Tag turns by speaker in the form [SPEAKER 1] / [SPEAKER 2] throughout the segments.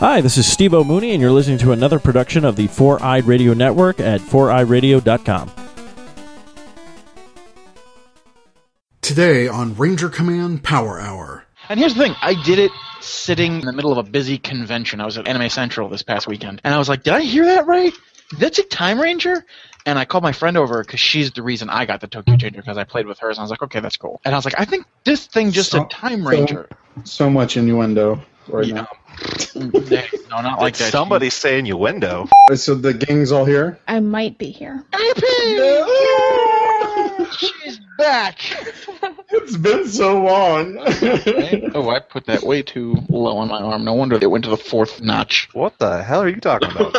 [SPEAKER 1] Hi, this is Steve O'Mooney, and you're listening to another production of the Four Eyed Radio Network at foureyedradio.com.
[SPEAKER 2] Today on Ranger Command Power Hour.
[SPEAKER 3] And here's the thing I did it sitting in the middle of a busy convention. I was at Anime Central this past weekend. And I was like, did I hear that right? That's a Time Ranger? And I called my friend over because she's the reason I got the Tokyo Changer because I played with hers. And I was like, okay, that's cool. And I was like, I think this thing just
[SPEAKER 4] Oh, So-
[SPEAKER 3] said Time Ranger.
[SPEAKER 4] So much innuendo right
[SPEAKER 3] Yeah.
[SPEAKER 4] now.
[SPEAKER 3] no, not like that.
[SPEAKER 5] Somebody's saying innuendo.
[SPEAKER 4] So the gang's all here.
[SPEAKER 6] I might be here.
[SPEAKER 3] Yippee! She's back.
[SPEAKER 4] It's been so long.
[SPEAKER 3] Oh, I put that way too low on my arm. No wonder it went to the fourth notch.
[SPEAKER 5] What the hell are you talking about?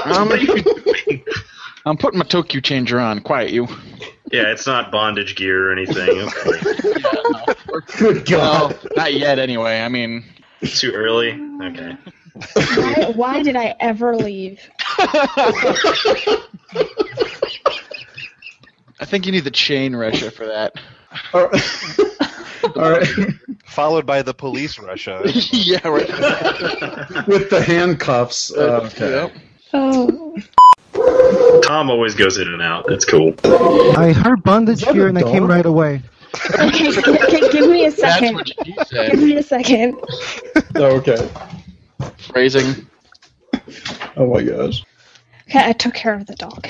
[SPEAKER 3] Um, I'm putting my Tokyo changer on. Quiet you.
[SPEAKER 7] Yeah, it's not bondage gear or anything. Okay.
[SPEAKER 4] Good
[SPEAKER 3] Well,
[SPEAKER 4] God.
[SPEAKER 3] not yet. Anyway, I mean,
[SPEAKER 7] Too early? Okay.
[SPEAKER 6] Why, why did I ever leave?
[SPEAKER 3] I think you need the chain Russia for that.
[SPEAKER 4] All right. All right.
[SPEAKER 5] Followed by the police Russia.
[SPEAKER 3] yeah, right.
[SPEAKER 4] With the handcuffs. Uh, okay.
[SPEAKER 3] Yep.
[SPEAKER 6] Oh,
[SPEAKER 7] Tom always goes in and out. That's cool.
[SPEAKER 8] I heard bondage
[SPEAKER 4] that
[SPEAKER 8] here
[SPEAKER 4] a
[SPEAKER 8] and I came
[SPEAKER 4] dog?
[SPEAKER 8] right away.
[SPEAKER 6] okay. g- g- give me a
[SPEAKER 3] That's
[SPEAKER 6] second.
[SPEAKER 3] what you
[SPEAKER 6] Give
[SPEAKER 3] said.
[SPEAKER 6] me a second.
[SPEAKER 4] Okay.
[SPEAKER 3] Phrasing.
[SPEAKER 4] Oh my gosh.
[SPEAKER 6] Okay, I took care of the dog.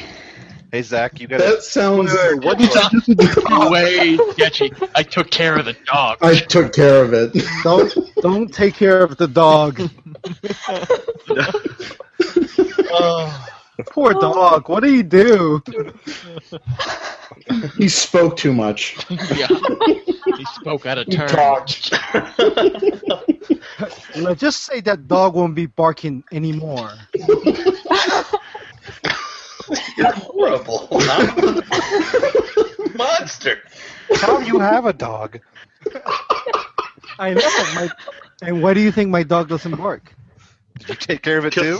[SPEAKER 5] hey Zach, you got
[SPEAKER 4] That sounds.
[SPEAKER 5] what
[SPEAKER 3] Way sketchy. I took care of the dog.
[SPEAKER 4] I took care of it.
[SPEAKER 8] Don't don't take care of the dog. Poor dog. What do you do?
[SPEAKER 4] he spoke too much.
[SPEAKER 3] Yeah. He spoke out of
[SPEAKER 4] He
[SPEAKER 3] turn.
[SPEAKER 4] talked.
[SPEAKER 8] Let's just say that dog won't be barking anymore.
[SPEAKER 7] Horrible. Monster.
[SPEAKER 5] Tom, you have a dog.
[SPEAKER 8] I know. My, and why do you think my dog doesn't bark?
[SPEAKER 5] Did you take care of it too?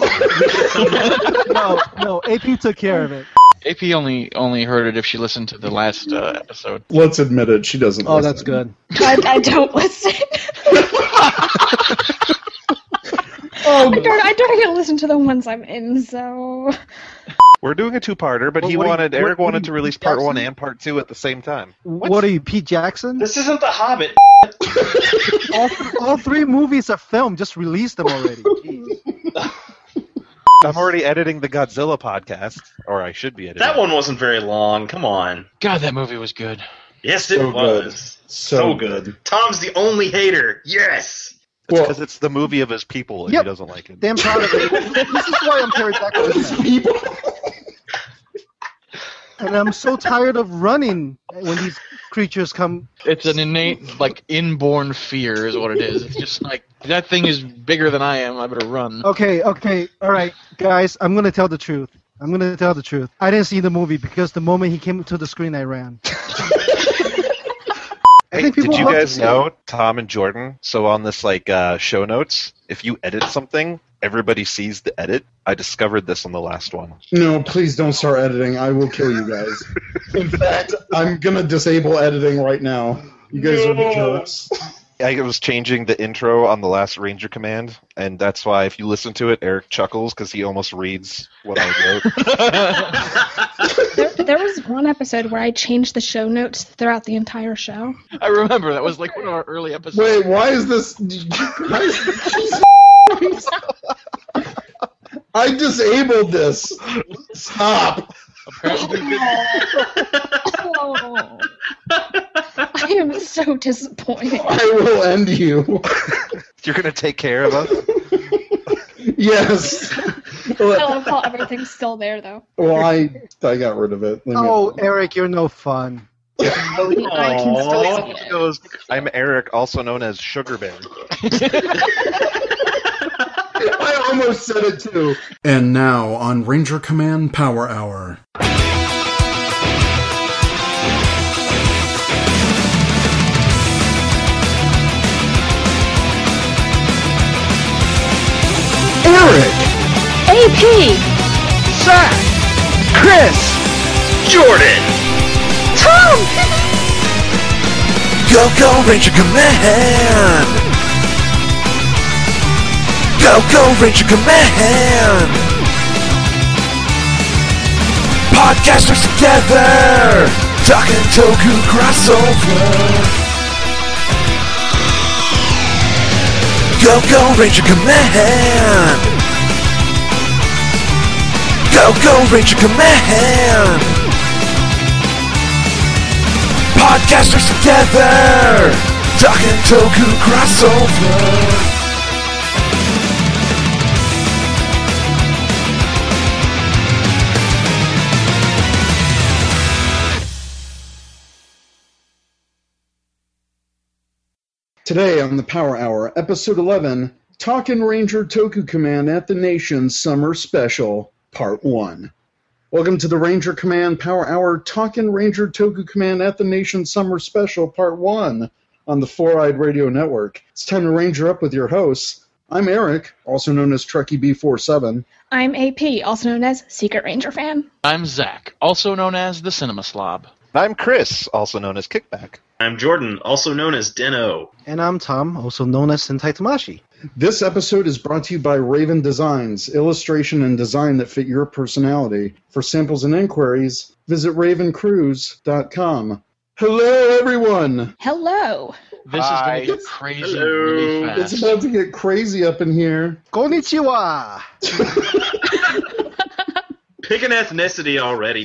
[SPEAKER 8] No, no. AP took care of it.
[SPEAKER 3] AP only only heard it if she listened to the last uh, episode.
[SPEAKER 4] Let's admit it. She doesn't.
[SPEAKER 8] Oh,
[SPEAKER 4] listen.
[SPEAKER 8] that's good.
[SPEAKER 6] I, I don't listen. I don't. I don't even listen to the ones I'm in. So
[SPEAKER 5] We're doing a two-parter, but
[SPEAKER 8] Well,
[SPEAKER 5] he
[SPEAKER 8] what do you-
[SPEAKER 5] wanted
[SPEAKER 8] what-
[SPEAKER 5] Eric
[SPEAKER 8] what
[SPEAKER 5] wanted
[SPEAKER 8] do
[SPEAKER 5] to
[SPEAKER 8] you-
[SPEAKER 5] release part one and part two at the same time.
[SPEAKER 8] What, are you, Pete Jackson?
[SPEAKER 7] This isn't The Hobbit.
[SPEAKER 8] All, all three movies are filmed. Just release them already. Jeez.
[SPEAKER 5] I'm already editing the Godzilla podcast, or I should be editing.
[SPEAKER 7] That one wasn't very long. Come on.
[SPEAKER 3] God, that movie was good.
[SPEAKER 7] Yes, it
[SPEAKER 4] So good.
[SPEAKER 7] was.
[SPEAKER 4] So
[SPEAKER 7] good.
[SPEAKER 4] good.
[SPEAKER 7] Tom's the only hater. Yes.
[SPEAKER 5] because
[SPEAKER 4] Well-
[SPEAKER 5] it's the movie of his people, and
[SPEAKER 8] Yep.
[SPEAKER 5] he doesn't like it.
[SPEAKER 8] Damn proud of it. This is why I'm pterodactyl.
[SPEAKER 4] People.
[SPEAKER 8] And I'm so tired of running when these creatures come.
[SPEAKER 3] It's an innate, like inborn fear, is what it is. It's just like that thing is bigger than I am. I better run.
[SPEAKER 8] Okay, okay, all right, guys. I'm gonna tell the truth. I'm gonna tell the truth. I didn't see the movie because the moment he came to the screen, I ran. I
[SPEAKER 5] Hey,
[SPEAKER 8] think people
[SPEAKER 5] did you
[SPEAKER 8] love
[SPEAKER 5] guys
[SPEAKER 8] it.
[SPEAKER 5] know Tom and Jordan? So on this like uh, show notes, if you edit something, everybody sees the edit. I discovered this on the last one.
[SPEAKER 4] No, please don't start editing. I will kill you guys. In fact, I'm gonna disable editing right now. You guys are jerks.
[SPEAKER 5] I was changing the intro on the last Ranger command, and that's why if you listen to it, Eric chuckles because he almost reads what I wrote.
[SPEAKER 6] there, there was one episode where I changed the show notes throughout the entire show.
[SPEAKER 3] I remember that was like one of our early episodes.
[SPEAKER 4] Wait, why is this? Why is this I disabled this. Stop.
[SPEAKER 3] Apparently,
[SPEAKER 6] Oh. I am so disappointed.
[SPEAKER 4] I will end you.
[SPEAKER 5] You're gonna take care of us.
[SPEAKER 4] Yes.
[SPEAKER 6] No,
[SPEAKER 4] Well,
[SPEAKER 6] I thought everything's still there though.
[SPEAKER 4] I I got rid of it. Leave me
[SPEAKER 8] Oh,
[SPEAKER 4] alone.
[SPEAKER 8] Eric, you're no fun.
[SPEAKER 6] I can still see
[SPEAKER 5] He
[SPEAKER 6] it.
[SPEAKER 5] goes, I'm Eric, also known as Sugar Bear.
[SPEAKER 4] I almost said it too. And now on Ranger Command Power Hour. Eric!
[SPEAKER 6] AP,
[SPEAKER 7] Jordan.
[SPEAKER 9] Go, go, Ranger Command! Go, go, Ranger Command! Podcasters together! Talking Toku crossover! Go, go, Ranger Command! Go, go, Ranger Command! Podcasters together! Talking Toku crossover!
[SPEAKER 4] Today on the Power Hour, Episode 11, Talkin' Ranger Toku Command at the Nation Summer Special, Part 1. Welcome to the Ranger Command Power Hour, Talkin' Ranger Toku Command at the Nation Summer Special, Part 1 on the Four Eyed Radio Network. It's time to ranger up with your hosts. I'm Eric, also known as Trekkie B47.
[SPEAKER 6] I'm AP, also known as Secret Ranger fan.
[SPEAKER 3] I'm Zach, also known as the Cinema Slob.
[SPEAKER 10] I'm Chris, also known as Kickback.
[SPEAKER 7] I'm Jordan, also known as Deno.
[SPEAKER 8] And I'm Tom, also known as Sentai Tamashi.
[SPEAKER 4] This episode is brought to you by Raven Designs, illustration and design that fit your personality. For samples and inquiries, visit ravencruise.com. Hello, everyone!
[SPEAKER 6] Hello.
[SPEAKER 3] This
[SPEAKER 10] Hi.
[SPEAKER 3] is going to get crazy
[SPEAKER 7] Hello.
[SPEAKER 3] really
[SPEAKER 4] It's
[SPEAKER 3] fast.
[SPEAKER 4] about to get crazy up in here.
[SPEAKER 8] Konnichiwa!
[SPEAKER 7] Pick an ethnicity already.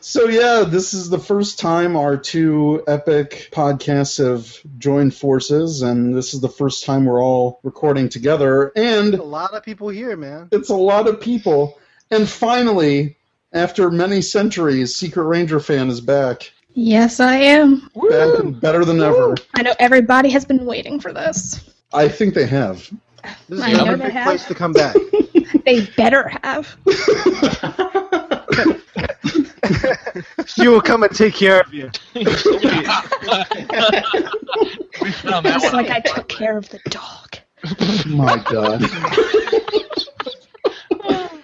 [SPEAKER 4] So, yeah, this is the first time our two epic podcasts have joined forces, and this is the first time we're all recording together. And
[SPEAKER 8] A lot of people here, man.
[SPEAKER 4] it's a lot of people. And finally, after many centuries, Secret Ranger fan is back.
[SPEAKER 6] Yes, I am.
[SPEAKER 4] Back and better than ever.
[SPEAKER 6] I know everybody has been waiting for this.
[SPEAKER 4] I think they have.
[SPEAKER 8] This is
[SPEAKER 6] I
[SPEAKER 8] another
[SPEAKER 6] know
[SPEAKER 8] big
[SPEAKER 6] they
[SPEAKER 8] place
[SPEAKER 6] have.
[SPEAKER 8] to come back.
[SPEAKER 6] They better have.
[SPEAKER 8] she will come and take care of you.
[SPEAKER 3] We found that
[SPEAKER 6] Just
[SPEAKER 3] one
[SPEAKER 6] like
[SPEAKER 3] out.
[SPEAKER 6] I took care of the dog.
[SPEAKER 4] My God.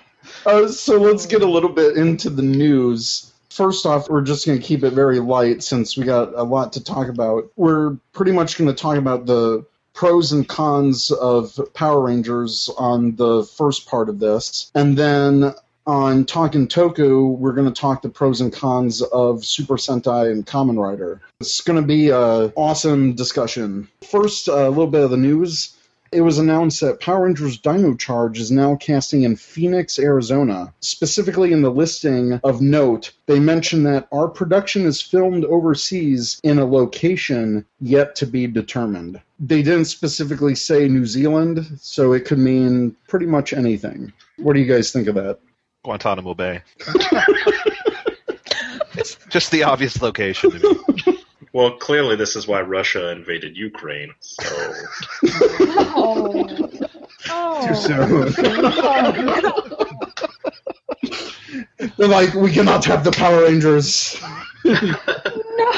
[SPEAKER 4] uh, so let's get a little bit into the news. First off, we're just going to keep it very light since we got a lot to talk about. We're pretty much going to talk about the pros and cons of Power Rangers on the first part of this. And then on Talking Toku, we're going to talk the pros and cons of Super Sentai and Kamen Rider. It's going to be an awesome discussion. First, a little bit of the news it was announced that Power Rangers Dino Charge is now casting in Phoenix, Arizona. Specifically in the listing of note, they mention that our production is filmed overseas in a location yet to be determined. They didn't specifically say New Zealand, so it could mean pretty much anything. What do you guys think of that?
[SPEAKER 10] Guantanamo Bay. It's just the obvious location to me.
[SPEAKER 7] well, clearly this is why Russia invaded Ukraine. So
[SPEAKER 6] Oh.
[SPEAKER 4] They're like, we cannot have the Power Rangers.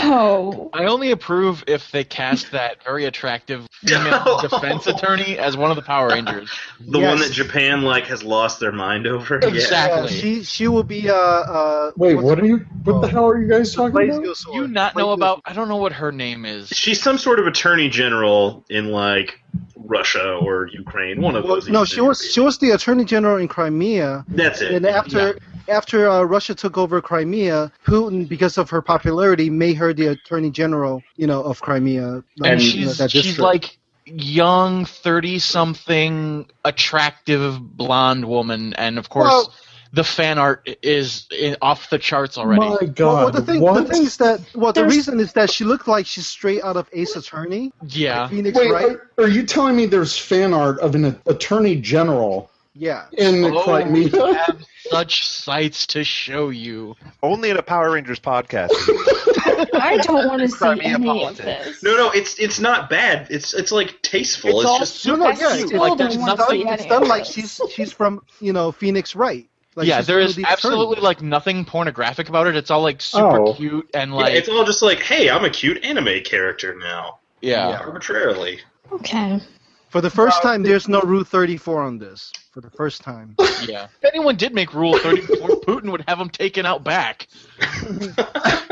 [SPEAKER 6] No.
[SPEAKER 3] I only approve if they cast that very attractive female defense attorney as one of the Power Rangers.
[SPEAKER 7] the
[SPEAKER 8] Yes.
[SPEAKER 7] one that Japan like has lost their mind over.
[SPEAKER 3] Exactly.
[SPEAKER 8] Yeah, she she will be uh uh.
[SPEAKER 4] Wait,
[SPEAKER 8] what's Oh.
[SPEAKER 4] what
[SPEAKER 8] it-
[SPEAKER 4] are you? What the hell are you guys
[SPEAKER 8] the
[SPEAKER 4] talking about?
[SPEAKER 8] Blaze
[SPEAKER 3] Do you not know about? I don't know what her name is.
[SPEAKER 7] She's some sort of attorney general in like Russia or Ukraine, one of
[SPEAKER 8] Well,
[SPEAKER 7] those.
[SPEAKER 8] no, she was she was the attorney general in Crimea,
[SPEAKER 7] That's it.
[SPEAKER 8] and after after uh, Russia took over Crimea, Putin, because of her popularity, made her the attorney general, you know, of Crimea. I mean, you know,
[SPEAKER 3] and she's
[SPEAKER 8] that
[SPEAKER 3] she's
[SPEAKER 8] district.
[SPEAKER 3] like young, thirty something, attractive blonde woman, and of course
[SPEAKER 8] Well-
[SPEAKER 3] the fan art i- is i off the charts already.
[SPEAKER 4] My
[SPEAKER 8] Well, well,
[SPEAKER 4] God,
[SPEAKER 8] the thing
[SPEAKER 4] what?
[SPEAKER 8] the thing is that well, the
[SPEAKER 6] There's-
[SPEAKER 8] reason is that she looked like she's straight out of Ace Attorney,
[SPEAKER 3] yeah,
[SPEAKER 8] Phoenix
[SPEAKER 4] Wait,
[SPEAKER 8] Wright.
[SPEAKER 4] are, are you telling me there's fan art of an a- attorney general
[SPEAKER 8] Yeah.
[SPEAKER 4] in the
[SPEAKER 3] Oh, we
[SPEAKER 4] Crimea?
[SPEAKER 3] have such sights to show you.
[SPEAKER 10] Only in a Power Rangers podcast.
[SPEAKER 6] I don't want to see
[SPEAKER 10] Crimea
[SPEAKER 6] any of
[SPEAKER 10] politics.
[SPEAKER 6] this.
[SPEAKER 7] No, no, it's it's not bad. It's it's like tasteful. It's,
[SPEAKER 3] all
[SPEAKER 7] just
[SPEAKER 8] No, no, yeah,
[SPEAKER 6] it's
[SPEAKER 8] it's-
[SPEAKER 3] cute. Like there's
[SPEAKER 6] all done
[SPEAKER 8] Done-
[SPEAKER 3] nothing.
[SPEAKER 6] Yeah,
[SPEAKER 8] it's done
[SPEAKER 6] yeah.
[SPEAKER 8] like she's she's from you know Phoenix Wright. Like
[SPEAKER 3] yeah,
[SPEAKER 8] she's
[SPEAKER 3] there
[SPEAKER 8] from
[SPEAKER 3] is
[SPEAKER 8] the
[SPEAKER 3] absolutely
[SPEAKER 8] attorney.
[SPEAKER 3] like nothing pornographic about it. It's all like super
[SPEAKER 4] Oh.
[SPEAKER 3] cute and
[SPEAKER 7] yeah,
[SPEAKER 3] like
[SPEAKER 7] it's all just like, hey, I'm a cute anime character now,
[SPEAKER 3] yeah.
[SPEAKER 7] arbitrarily.
[SPEAKER 6] Okay.
[SPEAKER 8] for the first time. There's no Rule 34 on this for the first time.
[SPEAKER 3] Yeah. If anyone did make Rule 34, Putin would have them taken out back.
[SPEAKER 4] I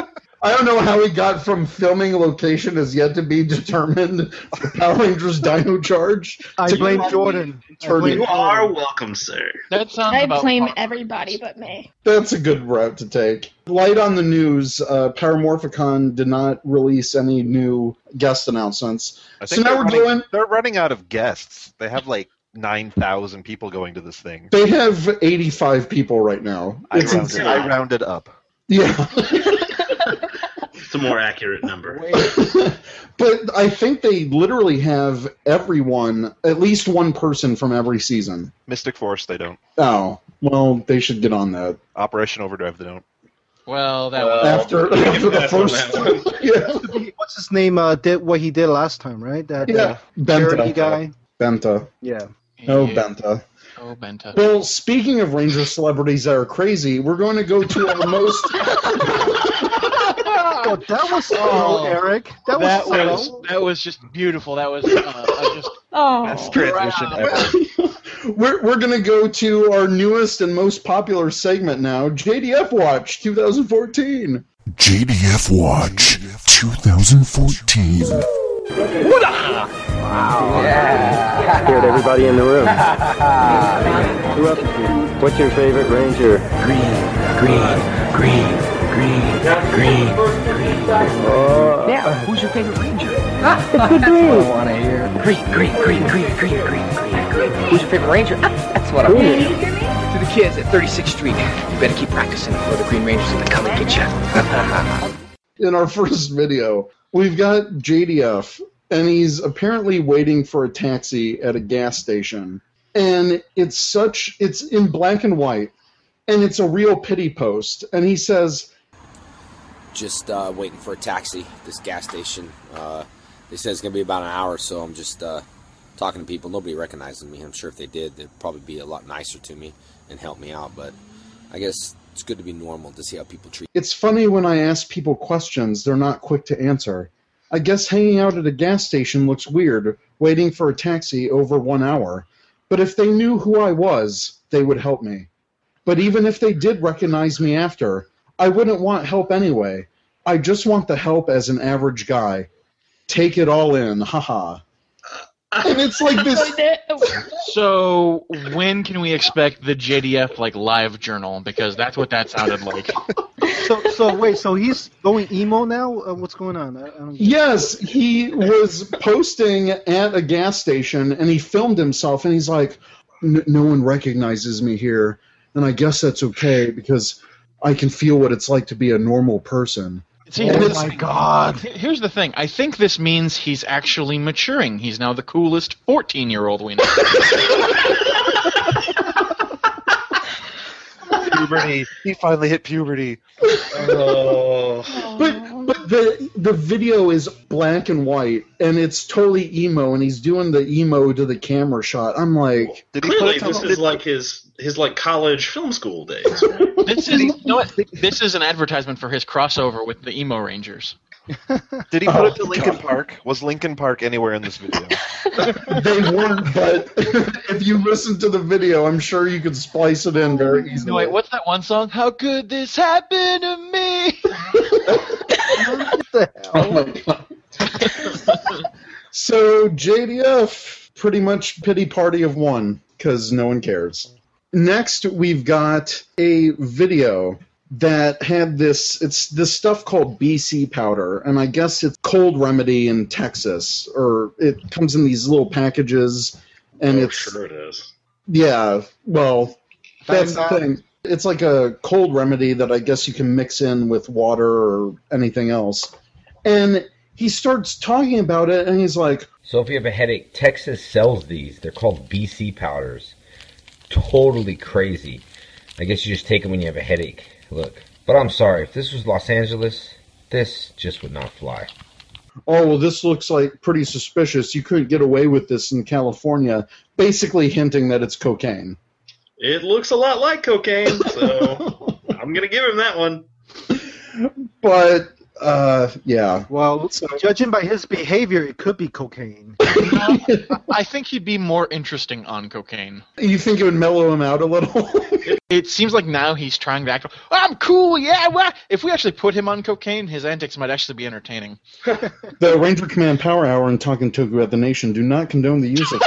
[SPEAKER 4] don't know how he got from filming location is yet to be determined. The Power Rangers Dino Charge.
[SPEAKER 8] I
[SPEAKER 4] to
[SPEAKER 8] blame
[SPEAKER 4] Power
[SPEAKER 8] Jordan. I
[SPEAKER 4] Turn
[SPEAKER 8] blame
[SPEAKER 7] You
[SPEAKER 4] it.
[SPEAKER 7] are welcome, sir.
[SPEAKER 3] That sounds
[SPEAKER 6] I
[SPEAKER 3] about
[SPEAKER 6] blame
[SPEAKER 3] right.
[SPEAKER 6] everybody but me.
[SPEAKER 4] That's a good route to take. Light on the news. Uh, Paramorphicon did not release any new guest announcements.
[SPEAKER 10] I
[SPEAKER 4] So
[SPEAKER 10] think
[SPEAKER 4] now
[SPEAKER 10] they're
[SPEAKER 4] we're
[SPEAKER 10] running-
[SPEAKER 4] going-
[SPEAKER 10] They're running out of guests. They have like nine thousand people going to this thing.
[SPEAKER 4] They have 85 people right now.
[SPEAKER 10] I
[SPEAKER 4] It's
[SPEAKER 10] rounded,
[SPEAKER 4] insane.
[SPEAKER 10] I rounded up.
[SPEAKER 4] Yeah.
[SPEAKER 7] It's a more accurate number.
[SPEAKER 4] but I think they literally have everyone, at least one person from every season.
[SPEAKER 10] Mystic Force, they don't.
[SPEAKER 4] Oh, well, they should get on that.
[SPEAKER 10] Operation Overdrive, they don't.
[SPEAKER 3] Well, that
[SPEAKER 7] Uh,
[SPEAKER 3] was
[SPEAKER 4] after, after the
[SPEAKER 7] that's what happened.
[SPEAKER 4] first. yeah.
[SPEAKER 8] What's his name? Uh, did what he did last time, right? That uh,
[SPEAKER 4] yeah.
[SPEAKER 8] charity
[SPEAKER 4] Benta.
[SPEAKER 8] guy.
[SPEAKER 4] Benta.
[SPEAKER 8] Yeah.
[SPEAKER 4] No, Benta.
[SPEAKER 3] Oh, Benta.
[SPEAKER 4] Well, speaking of Ranger celebrities that are crazy, we're going to go to our most.
[SPEAKER 8] Oh, that was
[SPEAKER 3] Oh,
[SPEAKER 8] slow, Eric. That was
[SPEAKER 3] That
[SPEAKER 8] slow.
[SPEAKER 3] was that was just beautiful. That was uh, uh, just
[SPEAKER 6] Oh,
[SPEAKER 10] Transition ever.
[SPEAKER 4] we're we're going to go to our newest and most popular segment now, JDF Watch 2014.
[SPEAKER 9] JDF Watch 2014.
[SPEAKER 11] scared everybody in the room. Who else is here? What's your favorite ranger? Green, green, green, green, green, green. Oh. Now, who's your favorite ranger? Ah, that's good green. What I want to hear. Green, green, green, green, green, green, green. Who's your favorite ranger? Ah, that's what I want to hear. To the kids at 36th Street, you better keep practicing before the Green Ranger's gonna come and get you.
[SPEAKER 4] In our first video, we've got JDF, and he's apparently waiting for a taxi at a gas station. And it's such it's in black and white, and it's a real pity post. And he says,
[SPEAKER 11] Just uh, waiting for a taxi. This gas station. Uh, they said it's gonna be about an hour, so I'm just uh, talking to people. Nobody recognizes me. I'm sure if they did, they'd probably be a lot nicer to me and help me out. But I guess it's good to be normal to see how people treat.
[SPEAKER 4] It's funny when I ask people questions, they're not quick to answer. I guess hanging out at a gas station looks weird, waiting for a taxi over one hour. But if they knew who I was, they would help me. But even if they did recognize me after, I wouldn't want help anyway. I just want the help as an average guy. Take it all in, haha. And it's like this.
[SPEAKER 3] so. When can we expect the JDF like live journal? Because that's what that sounded like.
[SPEAKER 8] Oh So, so wait, so he's going emo now? Uh, what's going on? I, I don't get
[SPEAKER 4] Yes, he was posting at a gas station and he filmed himself and he's like, "N- No one recognizes me here. And I guess that's okay because I can feel what it's like to be a normal person.
[SPEAKER 3] See,
[SPEAKER 4] Oh
[SPEAKER 3] this-
[SPEAKER 8] my God.
[SPEAKER 3] Here's the thing. I think this means he's actually maturing. He's now the coolest 14 year old we know.
[SPEAKER 10] puberty. He finally hit puberty.
[SPEAKER 4] But but the the video is black and white and it's totally emo and he's doing the emo to the camera shot. I'm like,
[SPEAKER 10] Did he
[SPEAKER 7] Clearly,
[SPEAKER 10] put it on-
[SPEAKER 7] this is like his his like college film school days. right?
[SPEAKER 3] This is you know what? This is an advertisement for his crossover with the emo rangers.
[SPEAKER 10] Did he put it
[SPEAKER 4] Oh,
[SPEAKER 10] to Lincoln Park? Was Lincoln Park anywhere in this video?
[SPEAKER 4] they weren't, but if you listen to the video, I'm sure you could splice it in very easily.
[SPEAKER 3] No, wait, what's that one song? How could this happen to me?
[SPEAKER 8] the hell.
[SPEAKER 4] Oh my god. so JDF pretty much pity party of one because no one cares. Next, we've got a video that had this. It's this stuff called BC powder, and I guess it's cold remedy in Texas, or it comes in these little packages, and
[SPEAKER 7] Oh,
[SPEAKER 4] it's
[SPEAKER 7] sure it is.
[SPEAKER 4] yeah. Well, that's the
[SPEAKER 8] Thanks,
[SPEAKER 4] thing. It's like a cold remedy that I guess you can mix in with water or anything else. And he starts talking about it, and he's like,
[SPEAKER 11] So if you have a headache, Texas sells these. They're called BC powders. Totally crazy. I guess you just take them when you have a headache. Look. But I'm sorry, if this was Los Angeles, this just would not fly.
[SPEAKER 4] "Oh, well, this looks like pretty suspicious. You couldn't get away with this in California." Basically, hinting that it's cocaine.
[SPEAKER 7] It looks a lot like cocaine, so I'm gonna give him that one.
[SPEAKER 4] But uh, yeah,
[SPEAKER 8] Well, judging by his behavior, it could be cocaine.
[SPEAKER 3] I think he'd be more interesting on cocaine.
[SPEAKER 4] you think it would mellow him out a little?
[SPEAKER 3] It seems like now he's trying to act. I'm cool, yeah. Well, if we actually put him on cocaine, his antics might actually be entertaining.
[SPEAKER 4] The Ranger Command Power Hour and Talking Toku at the Nation do not condone the use of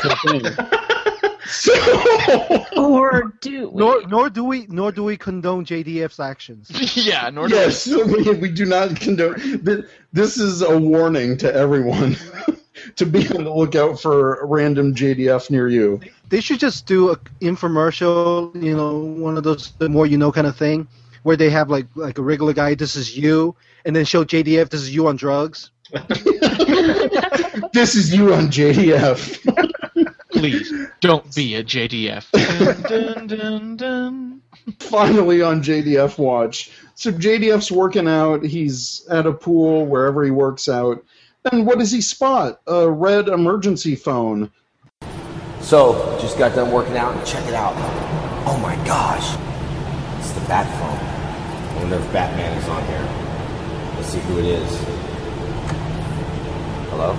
[SPEAKER 4] cocaine. so,
[SPEAKER 6] Or do we?
[SPEAKER 8] Nor, nor do we, nor do we condone JDF's actions.
[SPEAKER 3] yeah, nor
[SPEAKER 4] yes, we, we do not condone. th- This is a warning to everyone to be on the lookout for random JDF near you.
[SPEAKER 8] They should just do a infomercial, you know, one of those the more you know kind of thing, where they have like like a regular guy, this is you, and then show JDF, this is you on drugs.
[SPEAKER 4] This is you on JDF.
[SPEAKER 3] please don't be a JDF. Dun, dun, dun, dun.
[SPEAKER 4] finally on JDF watch. So JDF's working out. He's at a pool wherever he works out. And what does he spot? A red emergency phone.
[SPEAKER 11] So, just got done working out and check it out. Oh my gosh. It's the Bat Phone. I wonder if Batman is on here. Let's see who it is. Hello?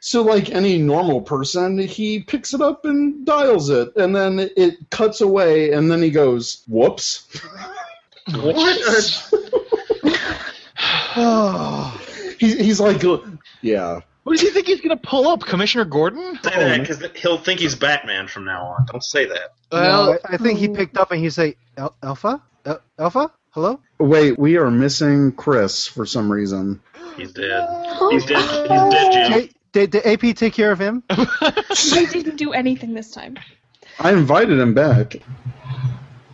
[SPEAKER 4] So, like any normal person, he picks it up and dials it, and then it cuts away, and then he goes, "Whoops!"
[SPEAKER 7] What?
[SPEAKER 4] He, he's like, uh, "Yeah."
[SPEAKER 3] What does he think he's gonna pull up, Commissioner Gordon?
[SPEAKER 7] Don't say that because he'll think he's Batman from now on. Don't say that.
[SPEAKER 3] Well,
[SPEAKER 8] No, I, I think he picked up and he say, "El- Alpha, El- Alpha, hello.
[SPEAKER 4] Wait, we are missing Chris for some reason.
[SPEAKER 7] He's dead. He's dead. He's dead, Jim.
[SPEAKER 8] Hey, did the AP take care of him?
[SPEAKER 6] I didn't do anything this time.
[SPEAKER 4] I invited him back.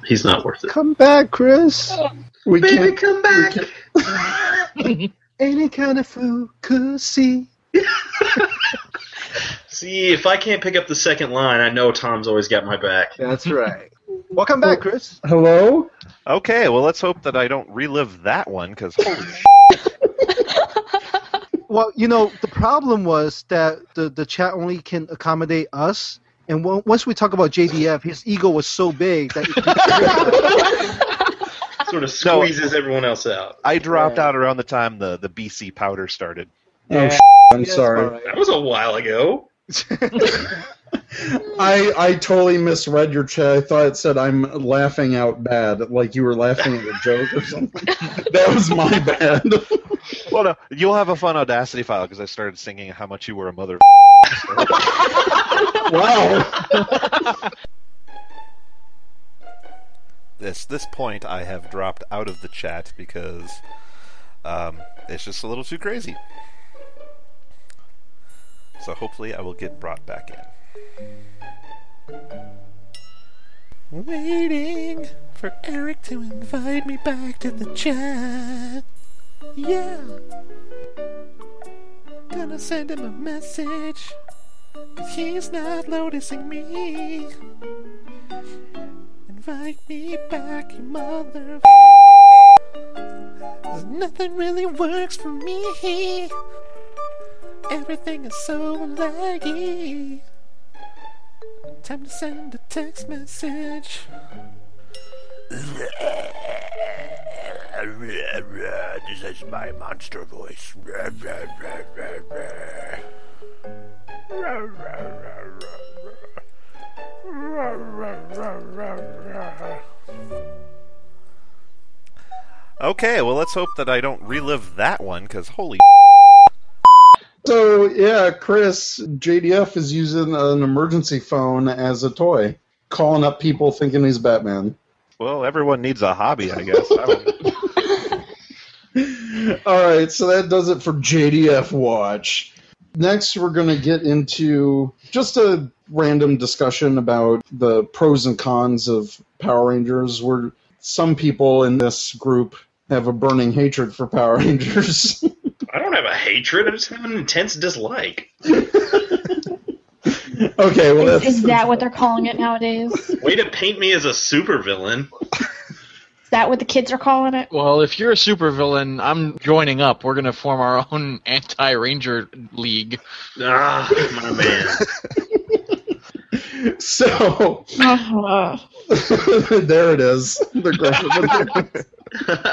[SPEAKER 7] He's not worth it.
[SPEAKER 8] Come back, Chris.
[SPEAKER 4] We can't.
[SPEAKER 7] come back.
[SPEAKER 8] Any kind of food could see.
[SPEAKER 7] See, if I can't pick up the second line, I know Tom's always got my back.
[SPEAKER 8] That's right. Welcome back, Chris.
[SPEAKER 4] Hello.
[SPEAKER 10] Okay, well, let's hope that I don't relive that one because holy sh-
[SPEAKER 8] Well, you know, the problem was that the, the chat only can accommodate us. And w- once we talk about JDF, his ego was so big that
[SPEAKER 7] Sort of squeezes everyone else out.
[SPEAKER 10] I dropped out around the time the, the BC powder started.
[SPEAKER 4] Oh, sh- I'm sorry.
[SPEAKER 7] That was a while ago.
[SPEAKER 4] I I totally misread your chat. I thought it said I'm laughing out bad, like you were laughing at a joke or something. that was my bad.
[SPEAKER 10] Well, no, you'll have a fun Audacity file because I started singing how much you were a mother.
[SPEAKER 4] wow.
[SPEAKER 10] At this point, I have dropped out of the chat because um, it's just a little too crazy. So hopefully, I will get brought back in. Waiting for Eric to invite me back to the chat. Yeah. Gonna send him a message. Cause he's not noticing me. Invite me back, you mother. Cause nothing really works for me. Everything is so laggy. Time to send a text message. This is my monster voice. Okay, well, let's hope that I don't relive that one, because holy.
[SPEAKER 4] So yeah, Chris JDF is using an emergency phone as a toy, calling up people thinking he's Batman.
[SPEAKER 10] Well, everyone needs a hobby, I guess. I don't-
[SPEAKER 4] All right, so that does it for JDF Watch. Next, we're going to get into just a random discussion about the pros and cons of Power Rangers, where some people in this group have a burning hatred for Power Rangers.
[SPEAKER 7] I don't have a hatred. I just have an intense dislike.
[SPEAKER 4] okay, well,
[SPEAKER 6] Is,
[SPEAKER 4] that's.
[SPEAKER 6] is that what they're calling it nowadays? Is
[SPEAKER 7] Way to paint me as a supervillain.
[SPEAKER 6] that what the kids are calling it?
[SPEAKER 3] well, if you're a supervillain, I'm joining up. We're gonna form our own anti-ranger league.
[SPEAKER 7] Ah, my man.
[SPEAKER 4] So,
[SPEAKER 6] Uh-huh.
[SPEAKER 4] there it is. The graphic.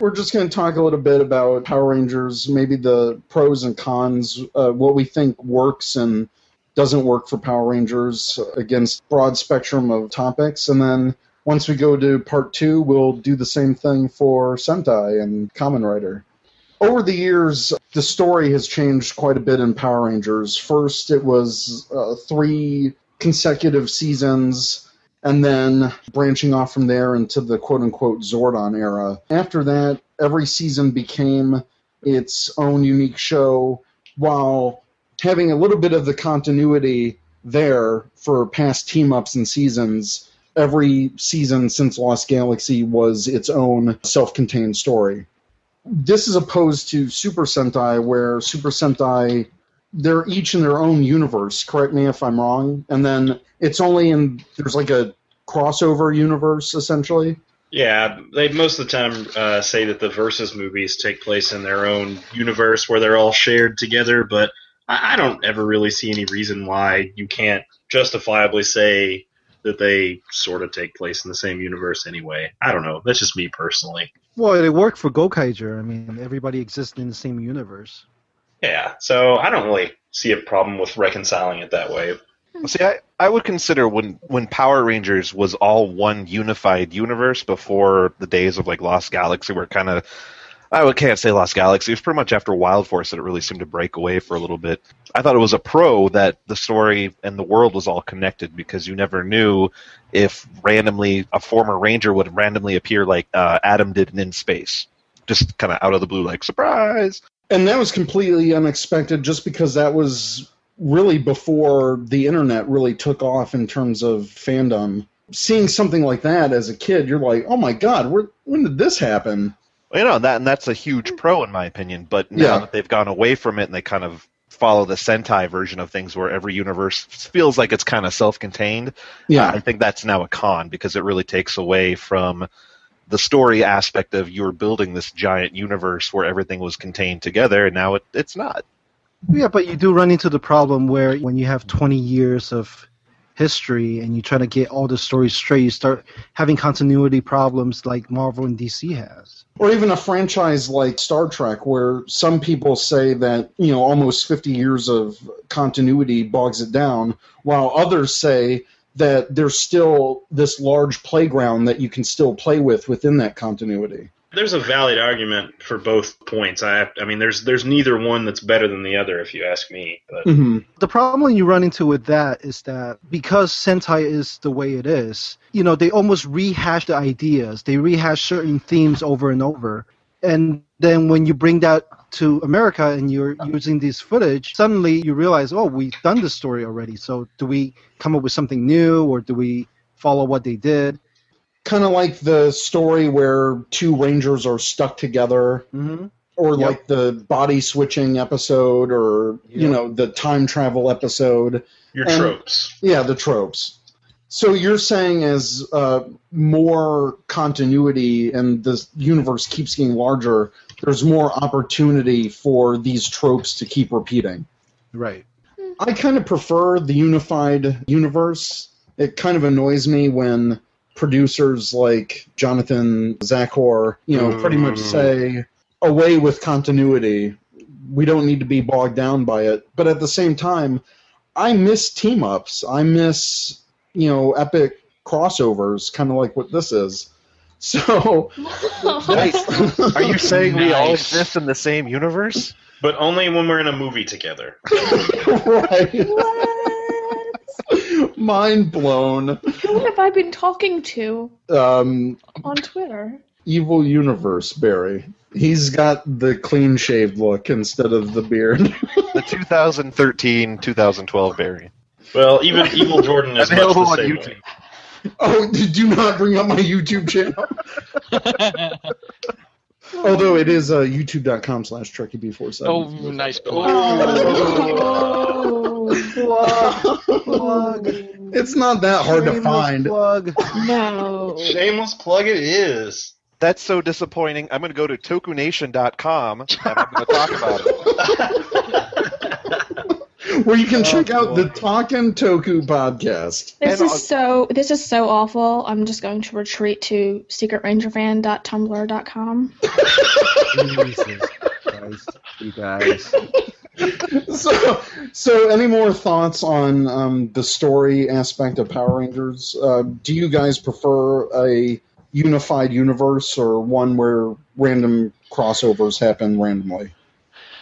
[SPEAKER 4] We're just going to talk a little bit about Power Rangers, maybe the pros and cons, uh, what we think works and doesn't work for Power Rangers against broad spectrum of topics. And then once we go to part two, we'll do the same thing for Sentai and Common Rider. Over the years, the story has changed quite a bit in Power Rangers. First, it was uh, three consecutive seasons, and then branching off from there into the quote unquote Zordon era. After that, every season became its own unique show while having a little bit of the continuity there for past team ups and seasons. Every season since Lost Galaxy was its own self contained story. This is opposed to Super Sentai, where Super Sentai, they're each in their own universe, correct me if I'm wrong. And then it's only in, there's like a crossover universe, essentially.
[SPEAKER 7] Yeah, they most of the time uh, say that the versus movies take place in their own universe where they're all shared together, but I, I don't ever really see any reason why you can't justifiably say that they sort of take place in the same universe anyway. I don't know. That's just me personally.
[SPEAKER 8] Well, it worked for Gokaiger. I mean, everybody existed in the same universe.
[SPEAKER 7] Yeah, so I don't really see a problem with reconciling it that way.
[SPEAKER 5] See, I, I would consider when when Power Rangers was all one unified universe before the days of like Lost Galaxy were kind of I would- can't say Lost Galaxy. It was pretty much after Wild Force that it really seemed to break away for a little bit. I thought it was a pro that the story and the world was all connected because you never knew if randomly a former Ranger would randomly appear like uh, Adam did in In Space, just kind of out of the blue, like surprise.
[SPEAKER 4] And that was completely unexpected just because that was really before the internet really took off in terms of fandom. Seeing something like that as a kid, you're like, oh my god, where, when did this happen?
[SPEAKER 5] You know that, and that's a huge pro in my opinion. But now
[SPEAKER 4] Yeah.
[SPEAKER 5] that they've gone away from it and they kind of follow the Sentai version of things, where every universe feels like it's kind of self-contained,
[SPEAKER 4] Yeah.
[SPEAKER 5] I think that's now a con because it really takes away from the story aspect of you were building this giant universe where everything was contained together, and now it, it's not.
[SPEAKER 8] Yeah, but you do run into the problem where when you have 20 years of history and you try to get all the stories straight, you start having continuity problems like Marvel and DC has.
[SPEAKER 4] Or even a franchise like Star Trek, where some people say that, you know, almost 50 years of continuity bogs it down, while others say that there's still this large playground that you can still play with within that continuity.
[SPEAKER 7] There's a valid argument for both points. I, I mean, there's there's neither one that's better than the other, if you ask me. But
[SPEAKER 8] The problem you run into with that is that because Sentai is the way it is, you know, they almost rehash the ideas. They rehash certain themes over and over. And then when you bring that to America and you're using these footage, suddenly you realize, oh, we've done this story already. So do we come up with something new or do we follow what they did?
[SPEAKER 4] Kind of like the story where two Rangers are stuck together.
[SPEAKER 8] Mm-hmm.
[SPEAKER 4] or like the body switching episode or you know the time travel episode
[SPEAKER 7] Your tropes.
[SPEAKER 4] yeah the tropes so you're saying as uh, more continuity and the universe keeps getting larger there's more opportunity for these tropes to keep repeating
[SPEAKER 8] Right.
[SPEAKER 4] I kind of prefer the unified universe. It kind of annoys me when producers like Jonathan Zachor, you know, pretty much
[SPEAKER 5] Mm.
[SPEAKER 4] say away with continuity. We don't need to be bogged down by it. But at the same time, I miss team ups. I miss, you know, epic crossovers, kind of like what this is. So,
[SPEAKER 5] Are you saying we all
[SPEAKER 7] Nice.
[SPEAKER 5] exist in the same universe?
[SPEAKER 7] But only when we're in a movie together.
[SPEAKER 4] mind blown.
[SPEAKER 6] Who have I been talking to
[SPEAKER 4] Um,
[SPEAKER 6] on Twitter?
[SPEAKER 4] evil universe, Barry. He's got the clean shaved look instead of the beard.
[SPEAKER 5] The 2013 2012 Barry.
[SPEAKER 7] Well, even Evil Jordan is much
[SPEAKER 5] Available
[SPEAKER 7] the
[SPEAKER 5] on
[SPEAKER 7] same
[SPEAKER 5] YouTube.
[SPEAKER 7] way.
[SPEAKER 4] oh, did you not bring up my YouTube channel? Although it is uh, youtube.com slash trekkieb47.
[SPEAKER 3] Oh, nice.
[SPEAKER 4] It's not that hard to find.
[SPEAKER 8] Plug.
[SPEAKER 6] No.
[SPEAKER 7] Shameless plug it is.
[SPEAKER 5] That's so disappointing. I'm going to go to tokunation.com and I'm going to talk about it.
[SPEAKER 4] Where you can check out the Talkin' Toku podcast.
[SPEAKER 6] Oh, This
[SPEAKER 5] And
[SPEAKER 6] is so this is so awful. I'm just going to retreat to secretrangerfan.tumblr.com.
[SPEAKER 8] Jesus Christ, you guys.
[SPEAKER 4] So, So, any more thoughts on um, the story aspect of Power Rangers? Uh, do you guys prefer a unified universe or one where random crossovers happen randomly?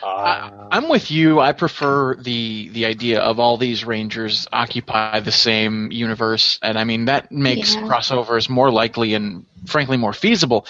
[SPEAKER 3] I'm with you. I prefer the the idea of all these Rangers occupy the same universe, and I mean that makes
[SPEAKER 12] Yeah.
[SPEAKER 3] crossovers more likely and frankly more feasible.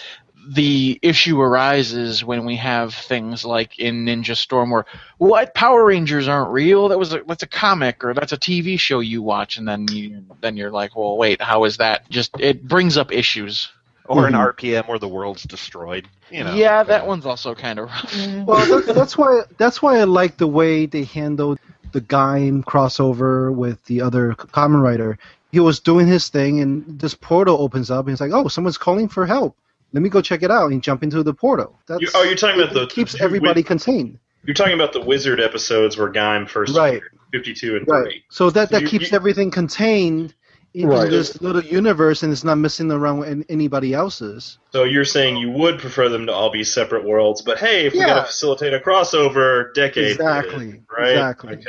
[SPEAKER 3] The issue arises when we have things like in Ninja Storm, where what Power Rangers aren't real? That was a, that's a comic or that's a TV show you watch, and then you then you're like, well, wait, how is that? Just it brings up issues.
[SPEAKER 5] Or an RPM where the world's destroyed. You know.
[SPEAKER 3] Yeah, that one's also kind of rough.
[SPEAKER 8] well, that, that's why that's why I like the way they handled the Gaim crossover with the other common writer. He was doing his thing, and this portal opens up, and he's like, "Oh, someone's calling for help. Let me go check it out." And jump into the portal. That's
[SPEAKER 7] You- oh, you're talking about the
[SPEAKER 8] keeps everybody contained.
[SPEAKER 7] You're talking about the wizard episodes where Gaim first
[SPEAKER 8] Right.
[SPEAKER 7] appeared, 52 and 30.
[SPEAKER 8] Right. So that that
[SPEAKER 7] you-
[SPEAKER 8] keeps everything contained in
[SPEAKER 7] Right.
[SPEAKER 8] this little universe, and it's not messing around with an- anybody else's.
[SPEAKER 7] So you're saying you would prefer them to all be separate worlds, but hey, if we got
[SPEAKER 8] Yeah.
[SPEAKER 7] to facilitate a crossover, decade
[SPEAKER 8] Exactly,
[SPEAKER 7] did, right?
[SPEAKER 8] exactly.
[SPEAKER 7] Okay.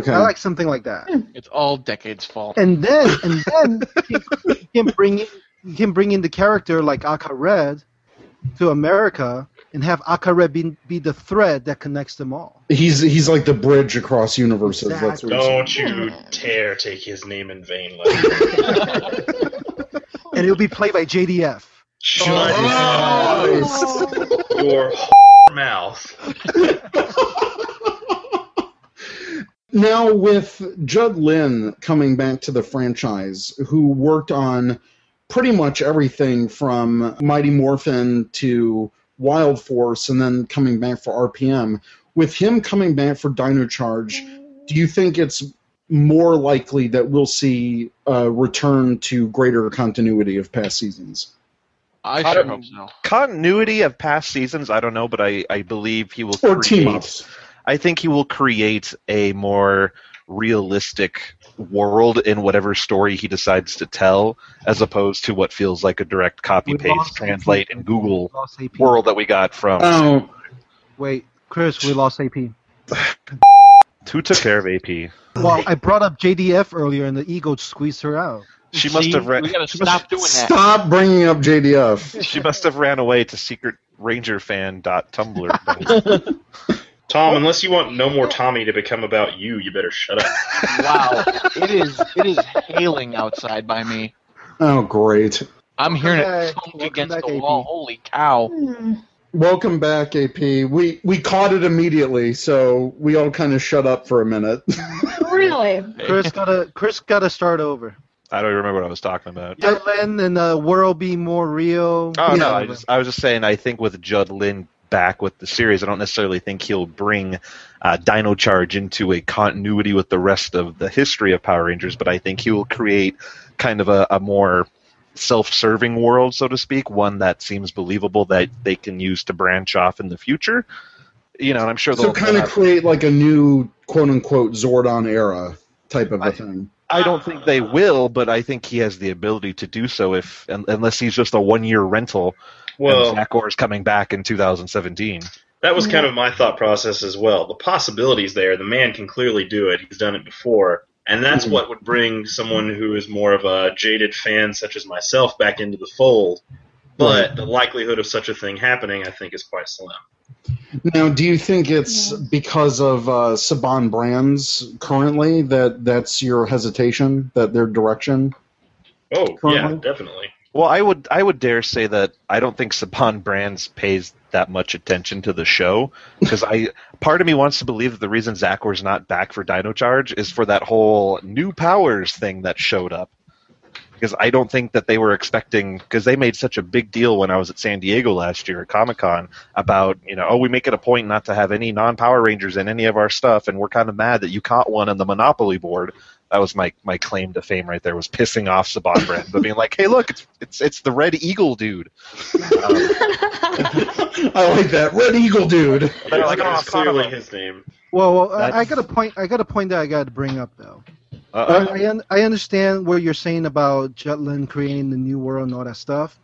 [SPEAKER 4] Okay.
[SPEAKER 8] I like something like that.
[SPEAKER 3] It's all Decade's fault.
[SPEAKER 8] and then and then you can bring in, you can bring in the character like Akka Red to America and have Akka Red be, be the thread that connects them all.
[SPEAKER 4] He's he's like the bridge across universes. That's what he's-
[SPEAKER 7] Don't you dare take his name in vain. Like,
[SPEAKER 8] And it'll be played by JDF.
[SPEAKER 7] shut
[SPEAKER 4] Oh.
[SPEAKER 7] your mouth.
[SPEAKER 4] Now, with Judd Lynn coming back to the franchise, who worked on pretty much everything from Mighty Morphin to Wild Force and then coming back for RPM, with him coming back for Dino Charge, do you think it's more likely that we'll see a return to greater continuity of past seasons?
[SPEAKER 3] I
[SPEAKER 5] sure
[SPEAKER 3] hope so.
[SPEAKER 5] Continuity of past seasons, I don't know, but I, I believe he will
[SPEAKER 4] Or
[SPEAKER 5] create.
[SPEAKER 4] team-ups.
[SPEAKER 5] I think he will create a more realistic world in whatever story he decides to tell, as opposed to what feels like a direct copy paste translate and Google world that we got from.
[SPEAKER 4] Oh,
[SPEAKER 8] Wait, Chris, we lost AP.
[SPEAKER 5] Who took care of AP?
[SPEAKER 8] Well, I brought up JDF earlier, and the ego squeezed her out.
[SPEAKER 5] She must have read.
[SPEAKER 3] stop doing
[SPEAKER 4] Stop bringing up JDF.
[SPEAKER 5] She must have ran away to secretrangerfan.tumblr.
[SPEAKER 7] Tom, unless you want no more Tommy to become about you, you better shut up.
[SPEAKER 3] wow, it is it is hailing outside by me.
[SPEAKER 4] Oh, great.
[SPEAKER 3] I'm hearing it thunk against the wall. Holy cow!
[SPEAKER 4] Welcome back, AP. We we caught it immediately, so we all kind of shut up for a minute.
[SPEAKER 6] Really?
[SPEAKER 8] Chris gotta Chris gotta start over.
[SPEAKER 5] I don't even remember what I was talking about.
[SPEAKER 8] Judd Lynn and the world be more real.
[SPEAKER 5] Oh no, I just I was just saying I think with Judd Lynn back with the series, I don't necessarily think he'll bring uh, Dino Charge into a continuity with the rest of the history of Power Rangers, but I think he will create kind of a, a more self-serving world, so to speak, one that seems believable that they can use to branch off in the future. You know, and I'm sure
[SPEAKER 4] so
[SPEAKER 5] they'll
[SPEAKER 4] kind of create like a new quote unquote Zordon era type of a thing.
[SPEAKER 5] I don't think they will, but I think he has the ability to do so if un- unless he's just a one-year rental.
[SPEAKER 7] Well-
[SPEAKER 5] and Zach Orr is coming back in 2017.
[SPEAKER 7] That was kind of my thought process as well. The possibilities there, the man can clearly do it. He's done it before. And that's
[SPEAKER 3] Hmm.
[SPEAKER 7] what would bring someone who is more of a jaded fan such as myself back into the fold. But the likelihood of such a thing happening, I think, is quite slim.
[SPEAKER 4] Now, do you think it's because of uh, Saban Brands currently that that's your hesitation that their direction?
[SPEAKER 7] Oh,
[SPEAKER 4] Currently?
[SPEAKER 7] yeah, definitely.
[SPEAKER 5] Well, I would I would dare say that I don't think Saban Brands pays that much attention to the show because I part of me wants to believe that the reason Zach Orr's not back for Dino Charge is for that whole new powers thing that showed up. Because I don't think that they were expecting because they made such a big deal when I was at San Diego last year at Comic Con about you know oh we make it a point not to have any non Power Rangers in any of our stuff and we're kind of mad that you caught one on the Monopoly board. That was my, my claim to fame right there was pissing off Saban Brand but being like hey look it's it's it's the Red Eagle dude.
[SPEAKER 4] Um, I like that Red Eagle dude.
[SPEAKER 5] They're like,
[SPEAKER 7] It's
[SPEAKER 5] "Oh, son of
[SPEAKER 7] clearly
[SPEAKER 5] a-"
[SPEAKER 7] his name.
[SPEAKER 8] Well, well I, I
[SPEAKER 5] That's-
[SPEAKER 8] got a point. I got a point that I got to bring up though.
[SPEAKER 5] Uh-oh.
[SPEAKER 8] I, I, un- I understand what you're saying about Jutland creating the new world and all that stuff,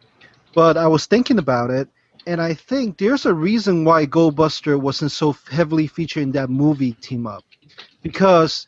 [SPEAKER 8] but I was thinking about it, And I think there's a reason why Goldbuster wasn't so heavily featured in that movie team up, because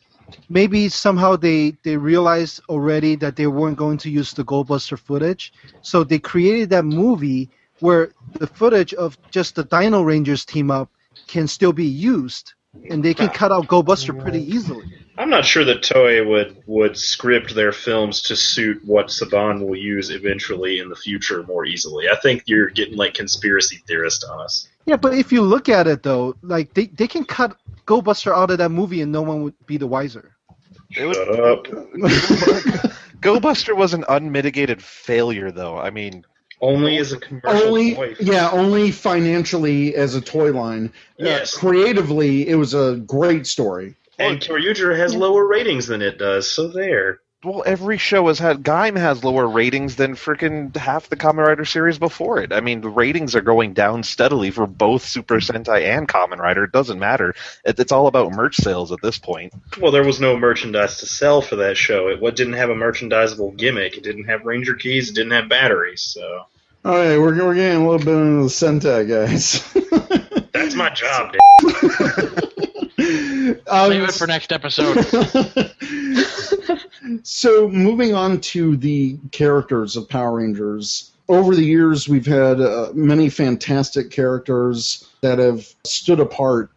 [SPEAKER 8] maybe somehow they they realized already that they weren't going to use the Goldbuster footage, so they created that movie where the footage of just the Dino Rangers team up can still be used, and they can cut out Goldbuster pretty easily.
[SPEAKER 7] I'm not sure that Toei would would script their films to suit what Saban will use eventually in the future more easily. I think you're getting like conspiracy theorist on us.
[SPEAKER 8] Yeah, but if you look at it though, like they, they can cut Goldbuster out of that movie and no one would be the wiser.
[SPEAKER 5] Shut up. GoBuster was an unmitigated failure, though. I mean,
[SPEAKER 7] only as a commercial
[SPEAKER 4] Only, yeah, only financially as a toy line.
[SPEAKER 7] Yes.
[SPEAKER 4] Uh, creatively, it was a great story.
[SPEAKER 7] And Koryuger has lower ratings than it does, so there.
[SPEAKER 5] Well, every show has had Gaim has lower ratings than freaking half the Kamen Rider series before it. I mean, the ratings are going down steadily for both Super Sentai and Kamen Rider. It doesn't matter. It, it's all about merch sales at this point.
[SPEAKER 7] Well, there was no merchandise to sell for that show. It what didn't have a merchandisable gimmick. It didn't have ranger keys. It didn't have batteries. So
[SPEAKER 4] All right, we're, we're getting a little bit into the Sentai, guys.
[SPEAKER 7] that's my job.
[SPEAKER 4] Um,
[SPEAKER 3] Leave it for next episode.
[SPEAKER 4] so moving on to the characters of Power Rangers. Over the years, we've had uh, many fantastic characters that have stood apart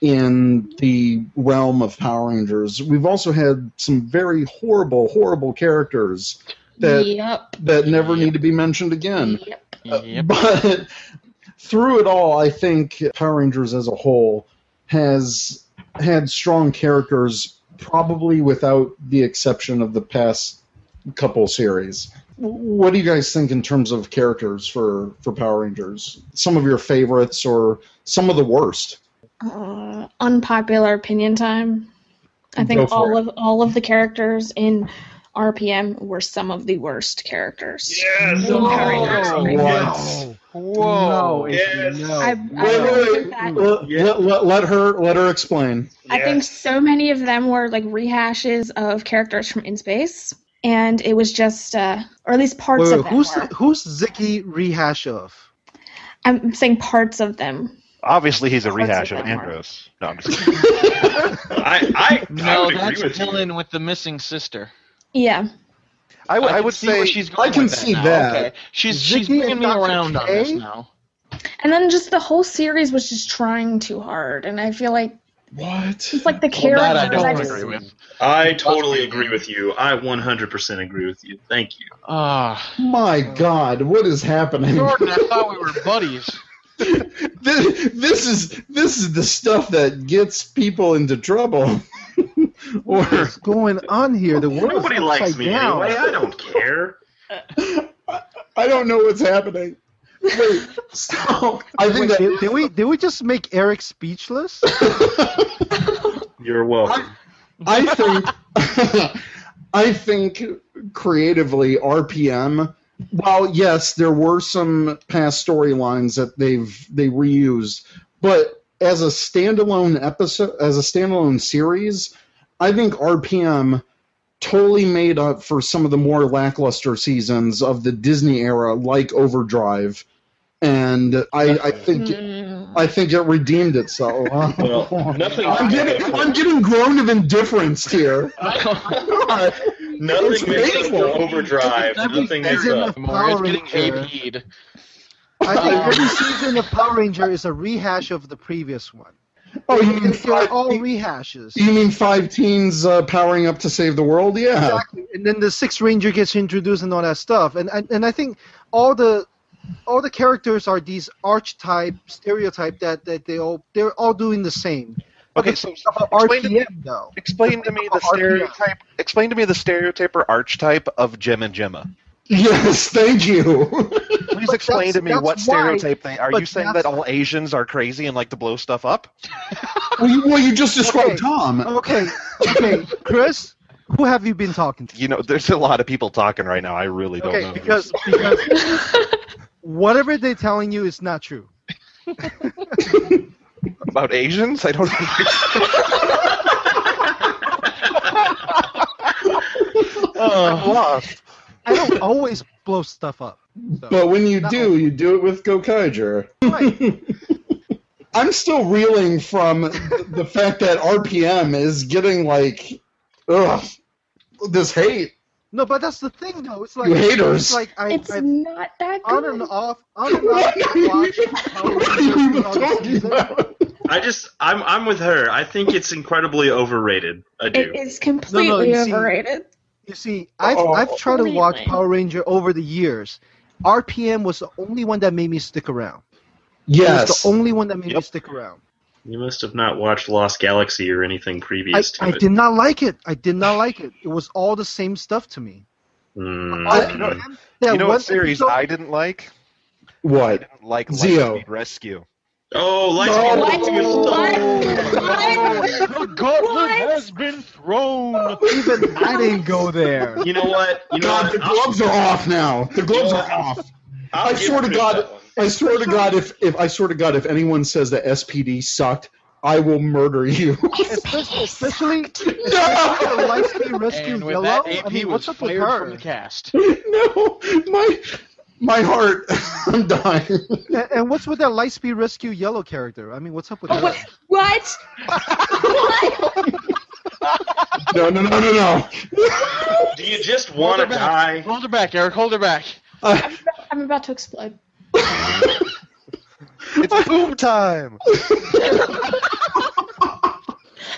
[SPEAKER 4] in the realm of Power Rangers. We've also had some very horrible, horrible characters that
[SPEAKER 6] Yep.
[SPEAKER 4] that never need to be mentioned again. Uh,
[SPEAKER 6] Yep.
[SPEAKER 3] Yep.
[SPEAKER 4] But through it all, I think Power Rangers as a whole has had strong characters, probably without the exception of the past couple series. W- What do you guys think in terms of characters for, for Power Rangers? Some of your favorites or some of the worst?
[SPEAKER 6] Uh, unpopular opinion time. I
[SPEAKER 4] Go
[SPEAKER 6] think
[SPEAKER 4] for
[SPEAKER 6] all
[SPEAKER 4] it.
[SPEAKER 6] of all of the characters in RPM were some of the worst characters.
[SPEAKER 7] Yes.
[SPEAKER 6] In Power Rangers.
[SPEAKER 4] What?
[SPEAKER 3] Oh.
[SPEAKER 8] Whoa! No,
[SPEAKER 7] Yes.
[SPEAKER 8] no.
[SPEAKER 6] I, I
[SPEAKER 4] Wait, wait,
[SPEAKER 6] think
[SPEAKER 4] wait.
[SPEAKER 6] that
[SPEAKER 4] Let, let, let her let her explain.
[SPEAKER 6] I think so many of them were like rehashes of characters from In Space, and it was just, uh, or at least parts of
[SPEAKER 8] Wait, wait,
[SPEAKER 6] them.
[SPEAKER 8] who's
[SPEAKER 6] were.
[SPEAKER 8] who's Ziki rehash of?
[SPEAKER 6] I'm saying parts of them.
[SPEAKER 5] Obviously, he's a
[SPEAKER 6] Parts of
[SPEAKER 5] rehash of
[SPEAKER 6] them are.
[SPEAKER 5] Andros. No, I'm just
[SPEAKER 7] I I, I
[SPEAKER 3] no,
[SPEAKER 7] would
[SPEAKER 3] that's
[SPEAKER 7] agree with you.
[SPEAKER 3] Dylan with the missing sister.
[SPEAKER 6] Yeah.
[SPEAKER 5] I, w- I
[SPEAKER 3] can
[SPEAKER 5] would
[SPEAKER 3] see where
[SPEAKER 5] say
[SPEAKER 3] she's going
[SPEAKER 4] I can
[SPEAKER 3] with
[SPEAKER 4] see
[SPEAKER 3] now.
[SPEAKER 4] that.
[SPEAKER 3] Okay. She's she's
[SPEAKER 8] Ziggy
[SPEAKER 3] bringing
[SPEAKER 8] and
[SPEAKER 3] me
[SPEAKER 8] Dr.
[SPEAKER 3] around on this
[SPEAKER 8] K?
[SPEAKER 3] now.
[SPEAKER 6] And then just the whole series was just trying too hard, and I feel like
[SPEAKER 4] What?
[SPEAKER 6] it's like the
[SPEAKER 3] Well,
[SPEAKER 6] characters.
[SPEAKER 3] that I
[SPEAKER 6] I
[SPEAKER 3] don't
[SPEAKER 6] just-
[SPEAKER 3] agree with.
[SPEAKER 7] I totally agree with you. I 100% agree with you. Thank you.
[SPEAKER 3] Ah,
[SPEAKER 4] My God, what is happening?
[SPEAKER 3] Jordan, I thought we were buddies.
[SPEAKER 4] this, this is this is the stuff that gets people into trouble. or
[SPEAKER 8] What's going on here? The world
[SPEAKER 7] Nobody
[SPEAKER 8] is
[SPEAKER 7] likes
[SPEAKER 8] upside
[SPEAKER 7] me
[SPEAKER 8] down.
[SPEAKER 7] anyway. I don't care.
[SPEAKER 4] I don't know what's happening. Wait, stop. I
[SPEAKER 8] Wait,
[SPEAKER 4] think that
[SPEAKER 8] did, did we did we just make Eric speechless?
[SPEAKER 7] You're welcome.
[SPEAKER 4] I think I think creatively RPM. While yes, there were some past storylines that they've they reused, but as a standalone episode, as a standalone series, I think RPM totally made up for some of the more lackluster seasons of the Disney era, like Overdrive, and I, I think I think it redeemed itself.
[SPEAKER 7] Well, nothing.
[SPEAKER 4] I'm getting, I'm getting groaned of indifference here.
[SPEAKER 7] Nothing makes up
[SPEAKER 4] painful.
[SPEAKER 7] for overdrive.
[SPEAKER 8] Every-
[SPEAKER 7] Nothing makes
[SPEAKER 8] every-
[SPEAKER 7] up.
[SPEAKER 3] More, it's
[SPEAKER 8] Power
[SPEAKER 3] getting
[SPEAKER 8] Ranger.
[SPEAKER 3] AP'd.
[SPEAKER 8] I think every season of Power Ranger is a rehash of the previous one.
[SPEAKER 4] Oh, you mean
[SPEAKER 8] They're
[SPEAKER 4] five,
[SPEAKER 8] all rehashes.
[SPEAKER 4] you mean five teens uh, powering up to save the world? Yeah.
[SPEAKER 8] Exactly. And then the Sixth Ranger gets introduced and all that stuff. And and, and I think all the all the characters are these archetype stereotype that, that they all they're all doing the same.
[SPEAKER 5] okay. So
[SPEAKER 8] About
[SPEAKER 5] explain to,
[SPEAKER 8] RPM though.
[SPEAKER 5] explain to me the
[SPEAKER 8] RPM.
[SPEAKER 5] stereotype. Explain to me the stereotype or archetype of Gemma Gemma.
[SPEAKER 4] Yes, thank you.
[SPEAKER 5] Please
[SPEAKER 8] But
[SPEAKER 5] explain
[SPEAKER 8] that's-
[SPEAKER 5] to me
[SPEAKER 8] that's
[SPEAKER 5] what
[SPEAKER 8] why-
[SPEAKER 5] stereotype they are.
[SPEAKER 8] but
[SPEAKER 5] you saying
[SPEAKER 8] that's-
[SPEAKER 5] that all Asians are crazy and like to blow stuff up?
[SPEAKER 4] well, you, well, you just described
[SPEAKER 8] Okay.
[SPEAKER 4] Tom.
[SPEAKER 8] Okay, okay, Chris, who have you been talking to?
[SPEAKER 5] You know, there's a lot of people talking right now. I really don't
[SPEAKER 8] Okay,
[SPEAKER 5] know.
[SPEAKER 8] because because whatever they're telling you is not true.
[SPEAKER 5] about Asians, I don't. I'm lost.
[SPEAKER 4] Uh,
[SPEAKER 8] I don't always blow stuff up. So-
[SPEAKER 4] But when you do, you do it with Gokaiger. I'm still reeling from the fact that RPM is getting like, ugh, this hate.
[SPEAKER 8] No, but that's the thing, though. It's like
[SPEAKER 4] You haters.
[SPEAKER 8] It's like I,
[SPEAKER 6] It's
[SPEAKER 8] I
[SPEAKER 6] not that good.
[SPEAKER 8] on and off, on and off. I watch Power Rangers all the season.
[SPEAKER 7] I just I'm I'm with her. I think it's incredibly overrated. I do.
[SPEAKER 6] It is completely
[SPEAKER 8] you see-
[SPEAKER 6] overrated.
[SPEAKER 8] You see, I've
[SPEAKER 5] Oh.
[SPEAKER 8] I've tried to watch
[SPEAKER 6] Completely.
[SPEAKER 8] Power Ranger over the years. RPM was the only one that made me stick around. It was
[SPEAKER 4] Yes.
[SPEAKER 8] the only one that made me
[SPEAKER 7] Yep.
[SPEAKER 8] stick around.
[SPEAKER 7] You must have not watched Lost Galaxy or anything
[SPEAKER 8] I,
[SPEAKER 7] previous to
[SPEAKER 8] I
[SPEAKER 7] it.
[SPEAKER 8] did not like it. I did not like it. It was all the same stuff to me.
[SPEAKER 7] Mm.
[SPEAKER 8] I- that
[SPEAKER 5] you know
[SPEAKER 8] one
[SPEAKER 5] what series
[SPEAKER 8] episode-
[SPEAKER 5] I didn't like?
[SPEAKER 4] What?
[SPEAKER 5] Like
[SPEAKER 4] Zio.
[SPEAKER 5] Lightspeed Rescue.
[SPEAKER 7] Oh,
[SPEAKER 4] No.
[SPEAKER 7] Lightspeed Rescue is
[SPEAKER 6] What?
[SPEAKER 10] Gauntlet
[SPEAKER 6] What?
[SPEAKER 10] has been thrown.
[SPEAKER 8] Even I didn't go there.
[SPEAKER 7] You know what? You know
[SPEAKER 4] God,
[SPEAKER 7] what?
[SPEAKER 4] the gloves are off now. The gloves are off.
[SPEAKER 7] I'll
[SPEAKER 4] I
[SPEAKER 7] give
[SPEAKER 4] swear to
[SPEAKER 7] Chris
[SPEAKER 4] God,
[SPEAKER 7] that one.
[SPEAKER 4] I swear to God, if if I swear to God, if anyone says that SPD sucked, I will murder you.
[SPEAKER 8] Especially, especially
[SPEAKER 4] no,
[SPEAKER 8] the Lightspeed Rescue
[SPEAKER 3] And with
[SPEAKER 8] Yellow.
[SPEAKER 3] that, AP
[SPEAKER 8] I mean,
[SPEAKER 3] was
[SPEAKER 8] what's up with
[SPEAKER 3] fired from
[SPEAKER 8] her?
[SPEAKER 3] the cast.
[SPEAKER 4] no, my my heart, I'm dying.
[SPEAKER 8] And, and what's with that Lightspeed Rescue Yellow character? I mean, what's up with that?
[SPEAKER 6] Oh, What?
[SPEAKER 4] No, no, no, no, no.
[SPEAKER 7] Do you just want to
[SPEAKER 3] Hold her back.
[SPEAKER 7] die?
[SPEAKER 3] Hold her back, Eric. Hold her back.
[SPEAKER 6] I'm about to explode.
[SPEAKER 5] It's boom time.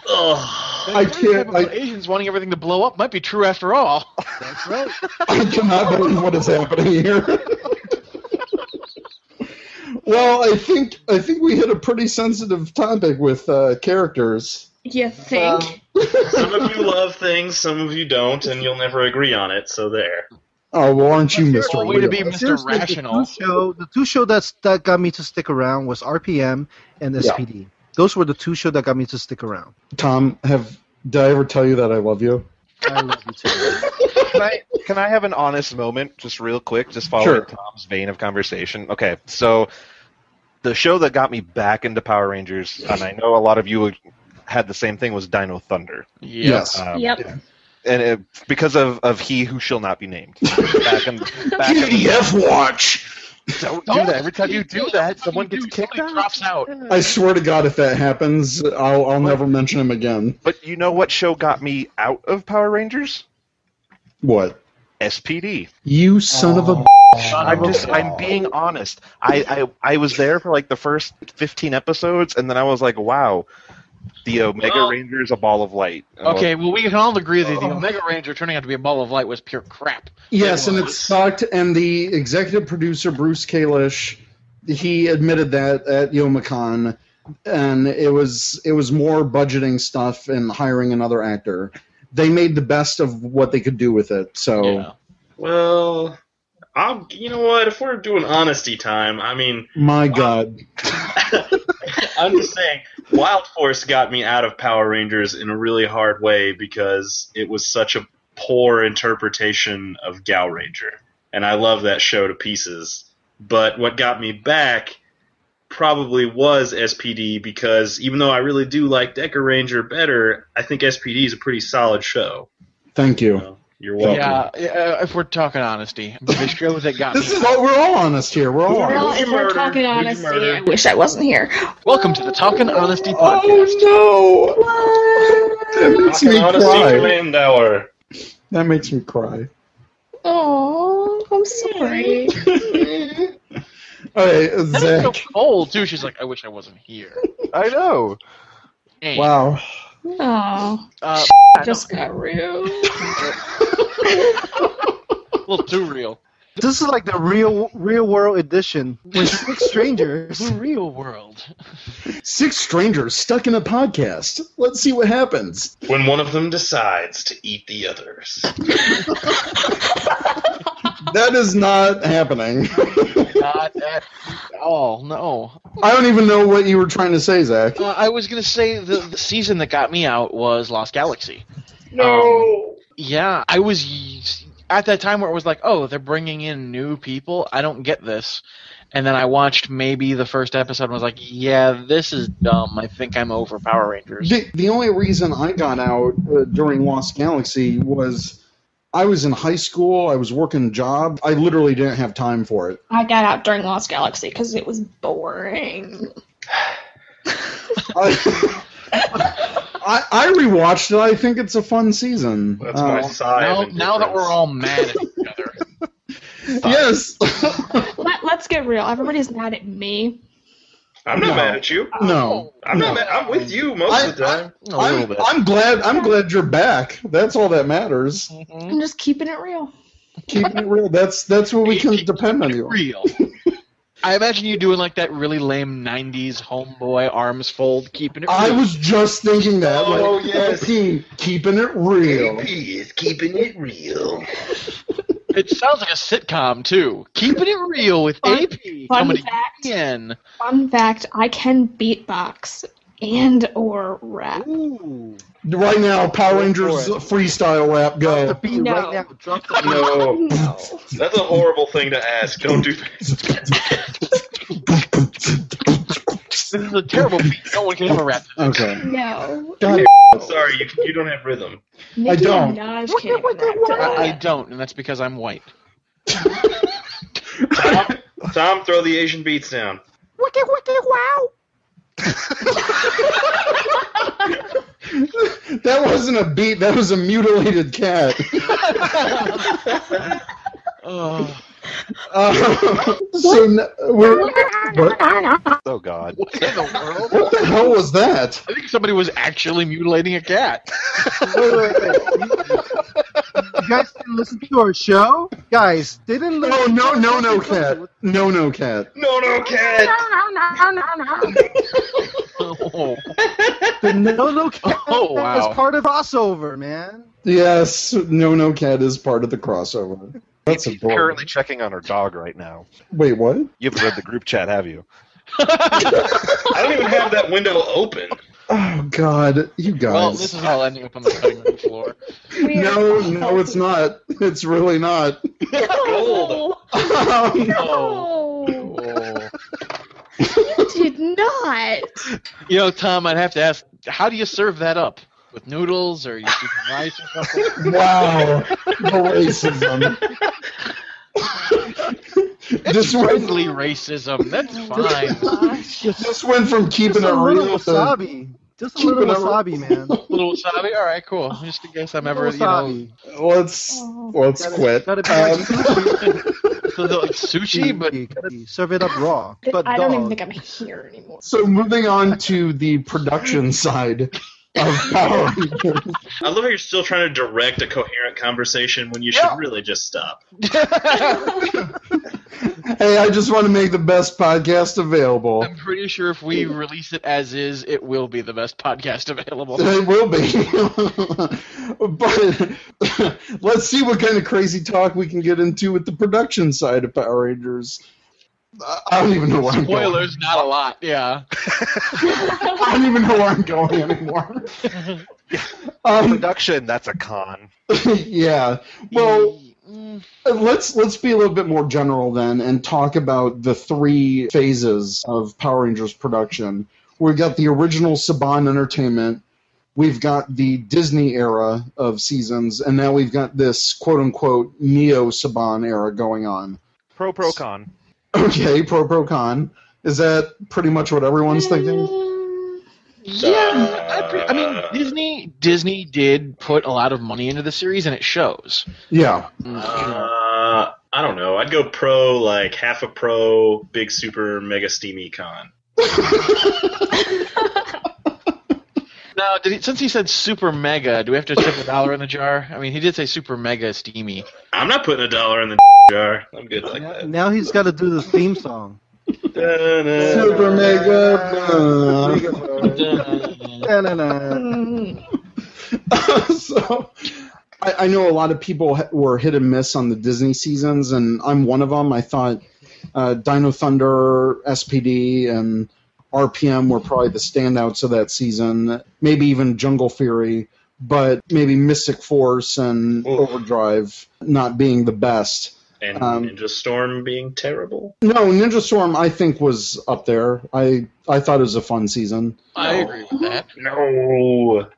[SPEAKER 7] Ugh.
[SPEAKER 4] I can't.
[SPEAKER 3] About
[SPEAKER 4] I,
[SPEAKER 3] Asians wanting everything to blow up might be true after all.
[SPEAKER 8] That's right.
[SPEAKER 4] I cannot believe what is happening here. well, I think I think we hit a pretty sensitive topic with uh, characters.
[SPEAKER 6] You think?
[SPEAKER 7] Some of you love things, some of you don't, and you'll never agree on it. So there.
[SPEAKER 4] Oh, well, aren't you,
[SPEAKER 8] Well,
[SPEAKER 4] Mister?
[SPEAKER 3] way to be Mr.
[SPEAKER 8] Seriously,
[SPEAKER 3] Rational.
[SPEAKER 8] The two, show, the two show that's that got me to stick around was RPM and SPD. Those were the two show that got me to stick around.
[SPEAKER 4] Tom, have did I ever tell you that I love you?
[SPEAKER 8] I love you too.
[SPEAKER 5] can I can I have an honest moment, just real quick, just following
[SPEAKER 4] Sure.
[SPEAKER 5] Tom's vein of conversation? Okay, so the show that got me back into Power Rangers, and I know a lot of you had the same thing, was Dino Thunder,
[SPEAKER 4] Yes.
[SPEAKER 5] um,
[SPEAKER 6] Yep.
[SPEAKER 5] and it, because of of he who shall not be named. Back in, back in,
[SPEAKER 4] PDF watch.
[SPEAKER 5] don't do that. Every time you do that, someone gets kicked
[SPEAKER 3] Somebody
[SPEAKER 5] out.
[SPEAKER 3] drops out.
[SPEAKER 4] I swear to God, if that happens, I'll I'll never mention him again.
[SPEAKER 5] But you know what show got me out of Power Rangers?
[SPEAKER 4] What?
[SPEAKER 5] SPD.
[SPEAKER 4] You son of a.
[SPEAKER 7] Oh.
[SPEAKER 4] b-
[SPEAKER 5] I'm just I'm being honest. I, I I was there for like the first 15 episodes, and then I was like, wow, the Omega
[SPEAKER 3] Well-
[SPEAKER 5] Ranger is a ball of light. And I was
[SPEAKER 3] Okay, well, we can all agree that the
[SPEAKER 4] Oh.
[SPEAKER 3] Omega Ranger turning out to be a ball of light was pure crap.
[SPEAKER 4] Yes, and it sucked. And the executive producer Bruce Kalish, he admitted that at Yomicon, and it was it was more budgeting stuff and hiring another actor. They made the best of what they could do with it. So
[SPEAKER 3] Yeah.
[SPEAKER 7] Well, I'll. You know what? If we're doing honesty time, I mean,
[SPEAKER 4] my God,
[SPEAKER 7] I'm just saying, Wild Force got me out of Power Rangers in a really hard way because it was such a poor interpretation of Gal Ranger, and I love that show to pieces. But what got me back probably was SPD because even though I really do like Decker Ranger better, I think SPD is a pretty solid show.
[SPEAKER 4] thank you.
[SPEAKER 7] So, You're welcome.
[SPEAKER 3] Yeah, uh, if we're talking honesty, the show that got
[SPEAKER 4] This
[SPEAKER 3] me.
[SPEAKER 4] is all, we're all honest here. We're all
[SPEAKER 7] We're
[SPEAKER 4] honest.
[SPEAKER 6] Well, if we're
[SPEAKER 7] murder?
[SPEAKER 6] talking
[SPEAKER 7] Who'd you
[SPEAKER 6] honesty,
[SPEAKER 7] murder?
[SPEAKER 6] I wish I wasn't here.
[SPEAKER 3] Welcome to the Talking Honesty podcast.
[SPEAKER 4] Oh no! That makes me
[SPEAKER 7] Honesty
[SPEAKER 4] cry.
[SPEAKER 7] Land Hour.
[SPEAKER 4] That makes me cry.
[SPEAKER 6] Oh, I'm sorry.
[SPEAKER 4] All right,
[SPEAKER 3] That's so
[SPEAKER 4] Zach.
[SPEAKER 3] cold too. She's like, I wish I wasn't here.
[SPEAKER 5] like, I know.
[SPEAKER 3] Dang.
[SPEAKER 4] Wow.
[SPEAKER 6] Oh,
[SPEAKER 3] Uh,
[SPEAKER 6] just got real.
[SPEAKER 3] a little too real.
[SPEAKER 8] This is like the real real world edition with six strangers.
[SPEAKER 3] The real world.
[SPEAKER 4] Six strangers stuck in a podcast. Let's see what happens.
[SPEAKER 7] When one of them decides to eat the others.
[SPEAKER 4] That is not happening.
[SPEAKER 3] Not at all. No.
[SPEAKER 4] I don't even know what you were trying to say, Zach.
[SPEAKER 3] Uh, I was gonna say the, the season that got me out was Lost Galaxy. Um,
[SPEAKER 7] No.
[SPEAKER 3] Yeah, I was y- at that time where it was like, oh, they're bringing in new people. I don't get this. And then I watched maybe the first episode and was like, yeah, this is dumb. I think I'm over Power Rangers.
[SPEAKER 4] The, the only reason I got out uh, during Lost Galaxy was I was in high school. I was working a job. I literally didn't have time for it.
[SPEAKER 6] I got out during Lost Galaxy because it was boring.
[SPEAKER 4] I, I rewatched it. I think it's a fun season. Uh,
[SPEAKER 7] That's my
[SPEAKER 3] Now, now that we're all mad at each other,
[SPEAKER 4] Yes.
[SPEAKER 6] Let, let's get real. Everybody's mad at me.
[SPEAKER 7] I'm not
[SPEAKER 4] No.
[SPEAKER 7] mad at you.
[SPEAKER 4] No.
[SPEAKER 7] I'm not mad. I'm with you most of the time.
[SPEAKER 4] I, am I'm glad. I'm glad you're back. That's all that matters.
[SPEAKER 7] Mm-hmm.
[SPEAKER 6] I'm just keeping it real.
[SPEAKER 4] Keeping it real. That's that's what we can depend on you.
[SPEAKER 3] real. I imagine you doing like that really lame '90s homeboy arms fold, keeping it.
[SPEAKER 4] I
[SPEAKER 3] real.
[SPEAKER 4] was just thinking that.
[SPEAKER 3] Oh,
[SPEAKER 4] like,
[SPEAKER 3] yes.
[SPEAKER 4] AP, keeping it real.
[SPEAKER 7] is keeping it real.
[SPEAKER 3] It sounds like a sitcom too. Keeping it real with
[SPEAKER 6] Fun-
[SPEAKER 3] AP
[SPEAKER 6] fun
[SPEAKER 3] coming
[SPEAKER 6] fact.
[SPEAKER 3] again.
[SPEAKER 6] Fun fact: I can beatbox and or rap.
[SPEAKER 4] Right now, Power Rangers
[SPEAKER 8] for it.
[SPEAKER 4] freestyle rap go.
[SPEAKER 8] Beat
[SPEAKER 6] No.
[SPEAKER 8] right now. Drop the
[SPEAKER 7] No, that's a horrible thing to ask. Don't do that.
[SPEAKER 3] This is a terrible beat. No one can ever rap.
[SPEAKER 4] Okay.
[SPEAKER 6] No,
[SPEAKER 4] God,
[SPEAKER 7] Sorry, you, you don't have rhythm.
[SPEAKER 6] Nicki
[SPEAKER 4] don't.
[SPEAKER 6] Minaj
[SPEAKER 4] What the-
[SPEAKER 6] can't
[SPEAKER 4] what the-
[SPEAKER 6] rap.
[SPEAKER 4] what?
[SPEAKER 3] I, I don't, and that's because I'm white.
[SPEAKER 7] Tom, Tom, throw the Asian beats down.
[SPEAKER 4] that wasn't a beat. That was a mutilated cat.
[SPEAKER 3] Ugh.
[SPEAKER 4] Uh, so n- we're, what,
[SPEAKER 5] Oh God.
[SPEAKER 3] what in the world?
[SPEAKER 4] what the hell was that?
[SPEAKER 3] I think somebody was actually mutilating a cat.
[SPEAKER 8] You guys didn't listen to our show? Guys, didn't listen
[SPEAKER 4] No, no, no, no, cat. No, no, cat.
[SPEAKER 7] No, no, cat.
[SPEAKER 3] Oh,
[SPEAKER 8] The No No Cat
[SPEAKER 3] Oh, wow.
[SPEAKER 8] is part of crossover, man.
[SPEAKER 4] Yes, no, no, cat is part of the crossover. That's
[SPEAKER 5] He's
[SPEAKER 4] adorable.
[SPEAKER 5] currently checking on her dog right now.
[SPEAKER 4] Wait, what?
[SPEAKER 5] You haven't read the group chat, have you?
[SPEAKER 7] I don't even have that window open.
[SPEAKER 4] Oh God, you guys.
[SPEAKER 3] well, this is all ending up on the cutting room floor.
[SPEAKER 6] We are-
[SPEAKER 4] no, no, it's not. It's really not.
[SPEAKER 7] Gold.
[SPEAKER 4] Um,
[SPEAKER 6] No,
[SPEAKER 3] Oh.
[SPEAKER 6] you did not.
[SPEAKER 3] You know, Tom, I'd have to ask, how do you serve that up? With noodles or you keep rice or something?
[SPEAKER 4] wow, the racism.
[SPEAKER 3] It's
[SPEAKER 4] this went,
[SPEAKER 3] friendly racism. That's fine.
[SPEAKER 4] this went from keeping
[SPEAKER 8] Just
[SPEAKER 4] it
[SPEAKER 8] a little
[SPEAKER 4] real to
[SPEAKER 8] wasabi. Just a
[SPEAKER 4] Keep
[SPEAKER 8] little
[SPEAKER 4] it real.
[SPEAKER 8] wasabi, man.
[SPEAKER 3] little wasabi. All right, cool. Just in case I'm ever, you know,
[SPEAKER 8] wasabi.
[SPEAKER 4] let's
[SPEAKER 6] Oh.
[SPEAKER 4] let's quit.
[SPEAKER 8] Gotta be
[SPEAKER 4] Um,
[SPEAKER 3] so they're like sushi, but
[SPEAKER 8] Gotta serve it up raw. But
[SPEAKER 6] I
[SPEAKER 8] dog.
[SPEAKER 6] don't even think I'm here anymore.
[SPEAKER 4] so moving on to the production side of Power Rangers.
[SPEAKER 7] I love how you're still trying to direct a coherent conversation when you should really just stop.
[SPEAKER 4] Hey, I just want to make the best podcast available.
[SPEAKER 3] I'm pretty sure if we release it as is, it will be the best podcast available.
[SPEAKER 4] It will be. but let's see what kind of crazy talk we can get into with the production side of Power Rangers. I- I don't even know where I'm going.
[SPEAKER 3] Spoilers, not a lot. Yeah.
[SPEAKER 4] I don't even know where I'm going anymore. um,
[SPEAKER 5] Production, that's a con.
[SPEAKER 4] yeah. Well,
[SPEAKER 3] Mm,
[SPEAKER 4] let's let's be a little bit more general then and talk about the three phases of Power Rangers production. We've got the original Saban Entertainment, we've got the Disney era of seasons, and now we've got this quote unquote neo Saban era going on.
[SPEAKER 5] Pro pro con.
[SPEAKER 4] Okay, pro pro con. Is that pretty much what everyone's thinking?
[SPEAKER 3] yeah, I, pre- I mean Disney. Disney did put a lot of money into the series, and it shows.
[SPEAKER 4] Yeah.
[SPEAKER 3] Mm-hmm.
[SPEAKER 7] Uh, I don't know. I'd go pro, like half a pro, big super mega steamy con.
[SPEAKER 3] Now, did he, since he said super mega, do we have to tip a dollar in the jar? I mean, he did say super mega steamy.
[SPEAKER 7] I'm not putting a dollar in the jar. I'm good like
[SPEAKER 8] Now,
[SPEAKER 7] that.
[SPEAKER 8] now he's got to do the theme song.
[SPEAKER 4] Super mega.
[SPEAKER 8] Da-na-na.
[SPEAKER 6] Mm.
[SPEAKER 4] so I, I know a lot of people ha- were hit and miss on the Disney seasons, and I'm one of them. I thought uh, Dino Thunder, SPD, and RPM were probably the standouts of that season. Maybe even Jungle Fury, but maybe Mystic Force and
[SPEAKER 7] Oof.
[SPEAKER 4] Overdrive not being the best.
[SPEAKER 7] and
[SPEAKER 4] Um,
[SPEAKER 7] Ninja Storm being terrible.
[SPEAKER 4] No, Ninja Storm I think was up there. I I thought it was a fun season.
[SPEAKER 3] I agree with that.
[SPEAKER 7] No.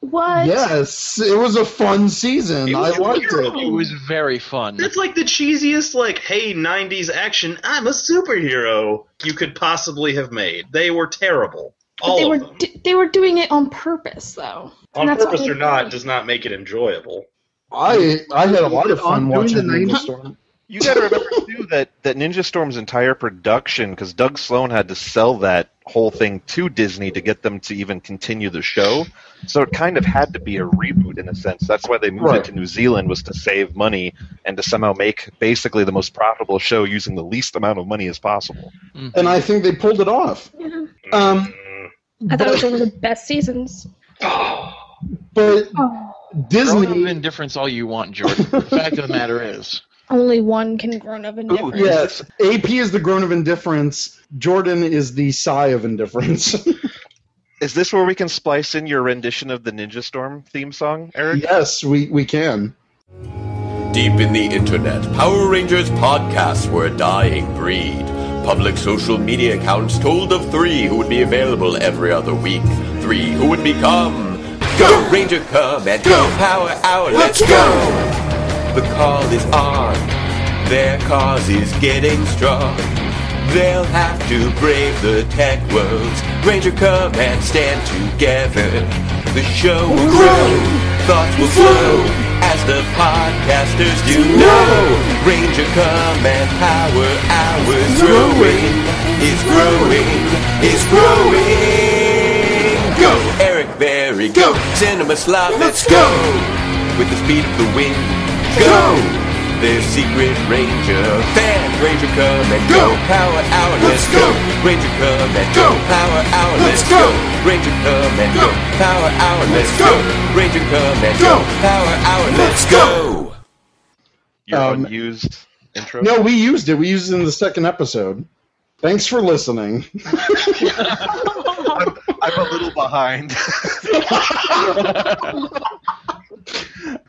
[SPEAKER 6] What?
[SPEAKER 4] Yes, it was a fun season.
[SPEAKER 7] It
[SPEAKER 4] I
[SPEAKER 7] was
[SPEAKER 4] liked
[SPEAKER 7] weird.
[SPEAKER 4] it.
[SPEAKER 7] It was
[SPEAKER 3] very fun.
[SPEAKER 7] That's like the cheesiest, like, hey, 90s action, I'm a superhero you could possibly have made. They were terrible.
[SPEAKER 6] But they
[SPEAKER 7] All
[SPEAKER 6] were
[SPEAKER 7] of them.
[SPEAKER 6] d- they were doing it on purpose though. And
[SPEAKER 7] On
[SPEAKER 6] that's what
[SPEAKER 7] purpose
[SPEAKER 6] they-
[SPEAKER 7] or not does not make it enjoyable.
[SPEAKER 4] I I had a lot of fun
[SPEAKER 7] On- during
[SPEAKER 4] watching
[SPEAKER 7] the
[SPEAKER 4] Ninja
[SPEAKER 7] 90s?
[SPEAKER 4] Storm.
[SPEAKER 5] You got to remember too that that Ninja Storm's entire production, because Doug Sloan had to sell that whole thing to Disney to get them to even continue the show. So it kind of had to be a reboot in a sense. That's why they moved
[SPEAKER 4] Right.
[SPEAKER 5] it to New Zealand was to save money and to somehow make basically the most profitable show using the least amount of money as possible.
[SPEAKER 4] and I think they pulled it off.
[SPEAKER 6] Yeah.
[SPEAKER 4] Um,
[SPEAKER 6] I thought it was one of the best seasons. Oh,
[SPEAKER 4] But
[SPEAKER 3] Disney grown up indifference all you want, Jordan. the fact of the matter is,
[SPEAKER 6] Only one can grown up in
[SPEAKER 7] Oh,
[SPEAKER 6] difference.
[SPEAKER 4] yes, AP is the groan of indifference. Jordan is the sigh of indifference.
[SPEAKER 5] Is this where we can splice in your rendition of the Ninja Storm theme song, Eric?
[SPEAKER 4] yes, we we can.
[SPEAKER 12] Deep in the internet, Power Rangers podcasts were a dying breed. Public social media accounts told of three who would be available every other week. Three who would become Go Ranger Come and Go Power Hour. Let's go! The call is on. Their cause is getting strong. They'll have to brave the tech worlds. Ranger come and stand together. The show will grow. Thoughts will flow as the podcasters do. No! Ranger come and power hours growing. Is growing. Is growing. Go! Eric Berry, go! Cinema Slop, let's go! with the speed of the wind. Go! Their secret ranger fan. Ranger come and go. Power hour, let's go. Ranger come and go. Power hour, let's go. Ranger come and go. Power hour, let's go. Ranger come and go. Power hour, let's go.
[SPEAKER 5] Your unused intro.
[SPEAKER 4] Um, No, we used it. We used it in the second episode. Thanks for listening.
[SPEAKER 5] I'm a little behind.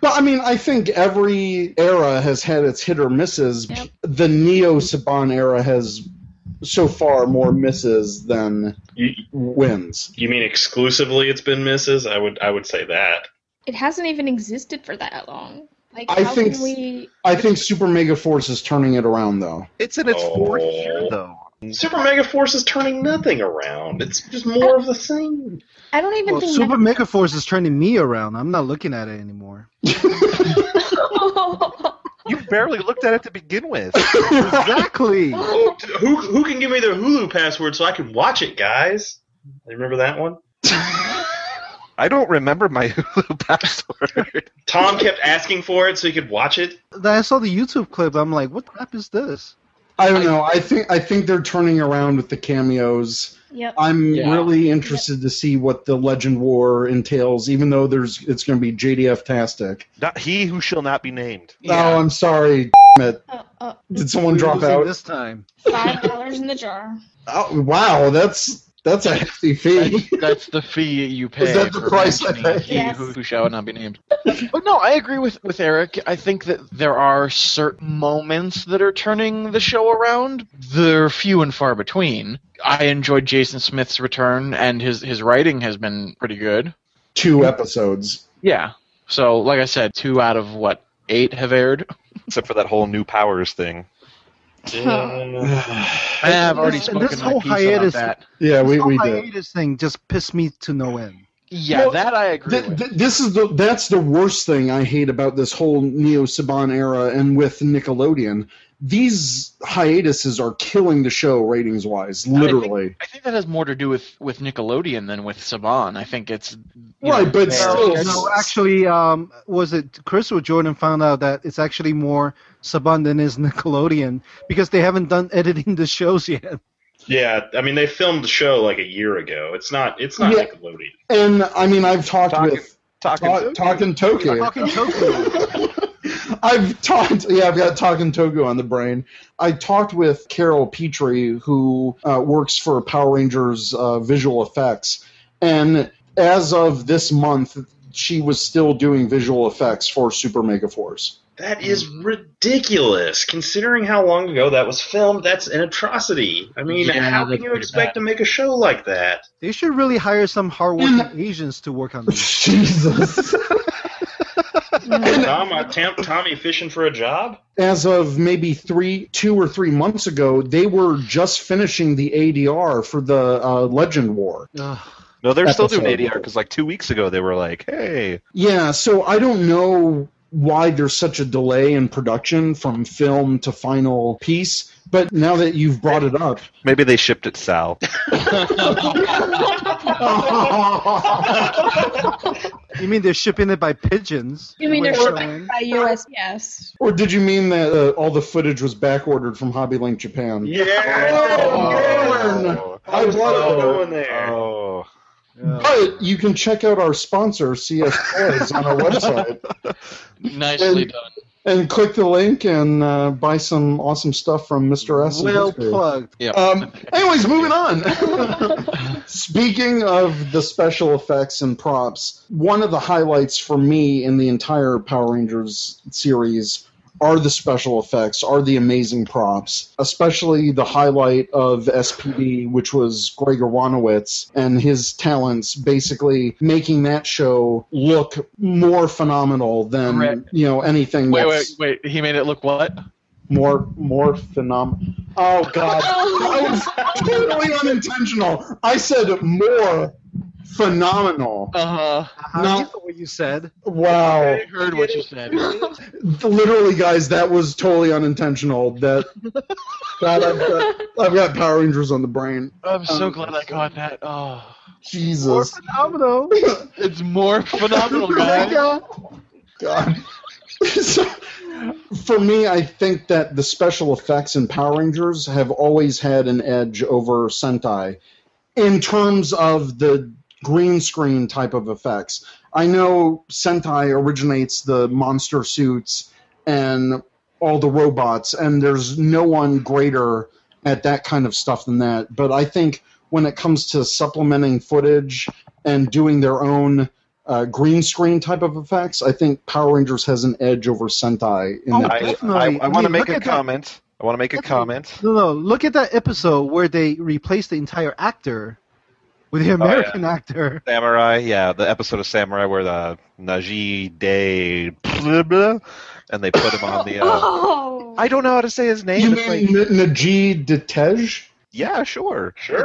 [SPEAKER 4] But I mean, I think every era has had its hit or misses. The Neo Saban era has so far more misses than wins.
[SPEAKER 7] You mean exclusively it's been misses? I would I would say that.
[SPEAKER 6] It hasn't even existed for that long. Like
[SPEAKER 4] I
[SPEAKER 6] how
[SPEAKER 4] think-
[SPEAKER 6] can we
[SPEAKER 4] I think Super Mega Force is turning it around, though.
[SPEAKER 5] It's in its
[SPEAKER 7] fourth
[SPEAKER 5] year though.
[SPEAKER 7] Super Mega Force is turning nothing around. It's just more of the same.
[SPEAKER 6] I don't even
[SPEAKER 8] Well,
[SPEAKER 6] think
[SPEAKER 8] Super Mega Force is turning me around. I'm not looking at it anymore.
[SPEAKER 5] You barely looked at it to begin with.
[SPEAKER 8] exactly.
[SPEAKER 7] Oh, t- who who can give me their Hulu password so I can watch it, guys? Remember that one?
[SPEAKER 5] I don't remember my Hulu password.
[SPEAKER 7] Tom kept asking for it so he could watch it.
[SPEAKER 8] Then I saw the YouTube clip. I'm like, what crap is this?
[SPEAKER 4] I don't know. I think I think they're turning around with the cameos.
[SPEAKER 6] Yep.
[SPEAKER 4] I'm
[SPEAKER 8] Yeah.
[SPEAKER 4] really interested to see what the Legend War entails, even though there's it's going to be JDF tastic.
[SPEAKER 5] Not he who shall not be named.
[SPEAKER 4] Oh, I'm sorry. It.
[SPEAKER 6] uh,
[SPEAKER 4] Did someone
[SPEAKER 8] We're
[SPEAKER 4] drop
[SPEAKER 8] losing
[SPEAKER 4] out?
[SPEAKER 8] this time?
[SPEAKER 6] five dollars in the jar?
[SPEAKER 4] Oh, wow, that's that's a hefty fee.
[SPEAKER 3] that's the fee you pay.
[SPEAKER 4] that the
[SPEAKER 3] for
[SPEAKER 4] price I
[SPEAKER 3] mentioning
[SPEAKER 4] pay?
[SPEAKER 3] he
[SPEAKER 4] Yes.
[SPEAKER 3] Who, who shall not be named. but no, I agree with with Eric. I think that there are certain moments that are turning the show around. They're few and far between. I enjoyed Jason Smith's return, and his his writing has been pretty good.
[SPEAKER 4] Two episodes.
[SPEAKER 3] Yeah. So, like I said, two out of what eight have aired.
[SPEAKER 5] Except for that whole new powers thing.
[SPEAKER 3] I have already
[SPEAKER 8] This- and
[SPEAKER 3] spoken
[SPEAKER 8] this
[SPEAKER 3] my
[SPEAKER 8] whole
[SPEAKER 3] piece about
[SPEAKER 8] hiatus-
[SPEAKER 3] that.
[SPEAKER 4] Yeah,
[SPEAKER 8] this
[SPEAKER 4] we-
[SPEAKER 8] whole
[SPEAKER 4] we did.
[SPEAKER 8] hiatus thing just pissed me to no end.
[SPEAKER 3] Yeah,
[SPEAKER 4] Well,
[SPEAKER 3] that I agree
[SPEAKER 4] Th- th- this is the that's the worst thing I hate about this whole Neo Saban era and with Nickelodeon. These hiatuses are killing the show ratings wise, literally.
[SPEAKER 3] I think that has more to do with, with Nickelodeon than with Saban. I think it's you
[SPEAKER 4] Right,
[SPEAKER 3] know,
[SPEAKER 4] but
[SPEAKER 3] their
[SPEAKER 4] still-
[SPEAKER 3] schedule.
[SPEAKER 8] No, actually, um, was it Chris or Jordan found out that it's actually more Saban than is Nickelodeon because they haven't done editing the shows yet.
[SPEAKER 7] Yeah, I mean they filmed the show like a year ago. It's not it's not
[SPEAKER 4] Yeah.
[SPEAKER 7] Nickelodeon.
[SPEAKER 4] And I mean, I've talked with
[SPEAKER 5] talking
[SPEAKER 4] Ta- talking Tokyo.
[SPEAKER 8] Fucking Tokyo.
[SPEAKER 4] I've talked, yeah, I've got Talking Togo on the brain. I talked with Carol Petrie, who uh, works for Power Rangers uh, visual effects, and as of this month, she was still doing visual effects for Super Mega Force.
[SPEAKER 7] That is
[SPEAKER 8] Mm-hmm.
[SPEAKER 7] ridiculous. Considering how long ago that was filmed, that's an atrocity. I mean,
[SPEAKER 8] Yeah,
[SPEAKER 7] how
[SPEAKER 8] that's
[SPEAKER 7] can you
[SPEAKER 8] pretty
[SPEAKER 7] expect to make a show like that?
[SPEAKER 8] They should really hire some
[SPEAKER 7] Mm.
[SPEAKER 8] hardworking Asians to work on this.
[SPEAKER 4] Jesus.
[SPEAKER 7] Tom, uh, Tam- Tommy fishing for a job?
[SPEAKER 4] as of maybe three, two or three months ago, they were just finishing the ADR for the uh, Legend War.
[SPEAKER 5] No, they're still
[SPEAKER 4] Episode.
[SPEAKER 5] doing ADR because like two weeks ago they were like, hey,
[SPEAKER 4] Yeah, so I don't know why there's such a delay in production from film to final piece, but now that you've brought it up,
[SPEAKER 5] maybe they shipped it Sal.
[SPEAKER 8] Oh. You mean they're shipping it by pigeons?
[SPEAKER 6] You mean they're
[SPEAKER 8] Wait,
[SPEAKER 6] shipping by USPS?
[SPEAKER 4] or did you mean that uh, all the footage was back ordered from Hobby Link Japan?
[SPEAKER 7] Yeah.
[SPEAKER 4] I was
[SPEAKER 7] all going there.
[SPEAKER 5] Oh.
[SPEAKER 4] But you can check out our sponsor, CS Toys, on our website.
[SPEAKER 3] Nicely
[SPEAKER 4] And-
[SPEAKER 3] done.
[SPEAKER 4] and click the link and uh, buy some awesome stuff from Mr. S. and
[SPEAKER 8] Well
[SPEAKER 4] his crew.
[SPEAKER 8] plugged.
[SPEAKER 3] Yeah.
[SPEAKER 4] Um, anyways, moving on. Speaking of the special effects and props, one of the highlights for me in the entire Power Rangers series are the special effects, are the amazing props, especially the highlight of SPD, which was Greg Aronowitz and his talents basically making that show look more phenomenal than,
[SPEAKER 3] Correct.
[SPEAKER 4] you know, anything
[SPEAKER 3] Wait, wait,
[SPEAKER 4] that's
[SPEAKER 3] wait. He made it look what?
[SPEAKER 4] more more phenom. Oh God, that was totally unintentional. I said more phenomenal.
[SPEAKER 3] Uh huh.
[SPEAKER 8] How do you know what you said?
[SPEAKER 4] Wow,
[SPEAKER 3] I heard what you said.
[SPEAKER 4] literally, guys, that was totally unintentional. That God, I've got, I've got Power Rangers on the brain. Um,
[SPEAKER 3] I'm so glad I caught that. Oh,
[SPEAKER 4] Jesus,
[SPEAKER 8] Phenomenal.
[SPEAKER 3] it's more phenomenal,
[SPEAKER 4] There
[SPEAKER 3] guys.
[SPEAKER 4] you go. God. So, for me, I think that the special effects in Power Rangers have always had an edge over Sentai in terms of the green screen type of effects. I know Sentai originates the monster suits and all the robots, and there's no one greater at that kind of stuff than that. But I think when it comes to supplementing footage and doing their own uh, green screen type of effects, I think Power Rangers has an edge over Sentai. In
[SPEAKER 8] Oh,
[SPEAKER 4] that.
[SPEAKER 5] I,
[SPEAKER 8] definitely.
[SPEAKER 5] I, I
[SPEAKER 8] I
[SPEAKER 5] want to
[SPEAKER 8] mean,
[SPEAKER 5] make
[SPEAKER 8] look
[SPEAKER 5] a
[SPEAKER 8] at that.
[SPEAKER 5] comment. I want to make a comment.
[SPEAKER 8] No, no. Look at that episode where they replaced the entire actor with
[SPEAKER 7] Oh,
[SPEAKER 8] the American actor.
[SPEAKER 5] Samurai, yeah, the episode of Samurai where the Najee Day, blah, blah, and they put him on the. Uh,
[SPEAKER 6] Oh,
[SPEAKER 5] I don't know how to say his name.
[SPEAKER 4] You
[SPEAKER 5] It's like-
[SPEAKER 4] mean N- Najee Detej?
[SPEAKER 5] yeah, sure.
[SPEAKER 7] Sure.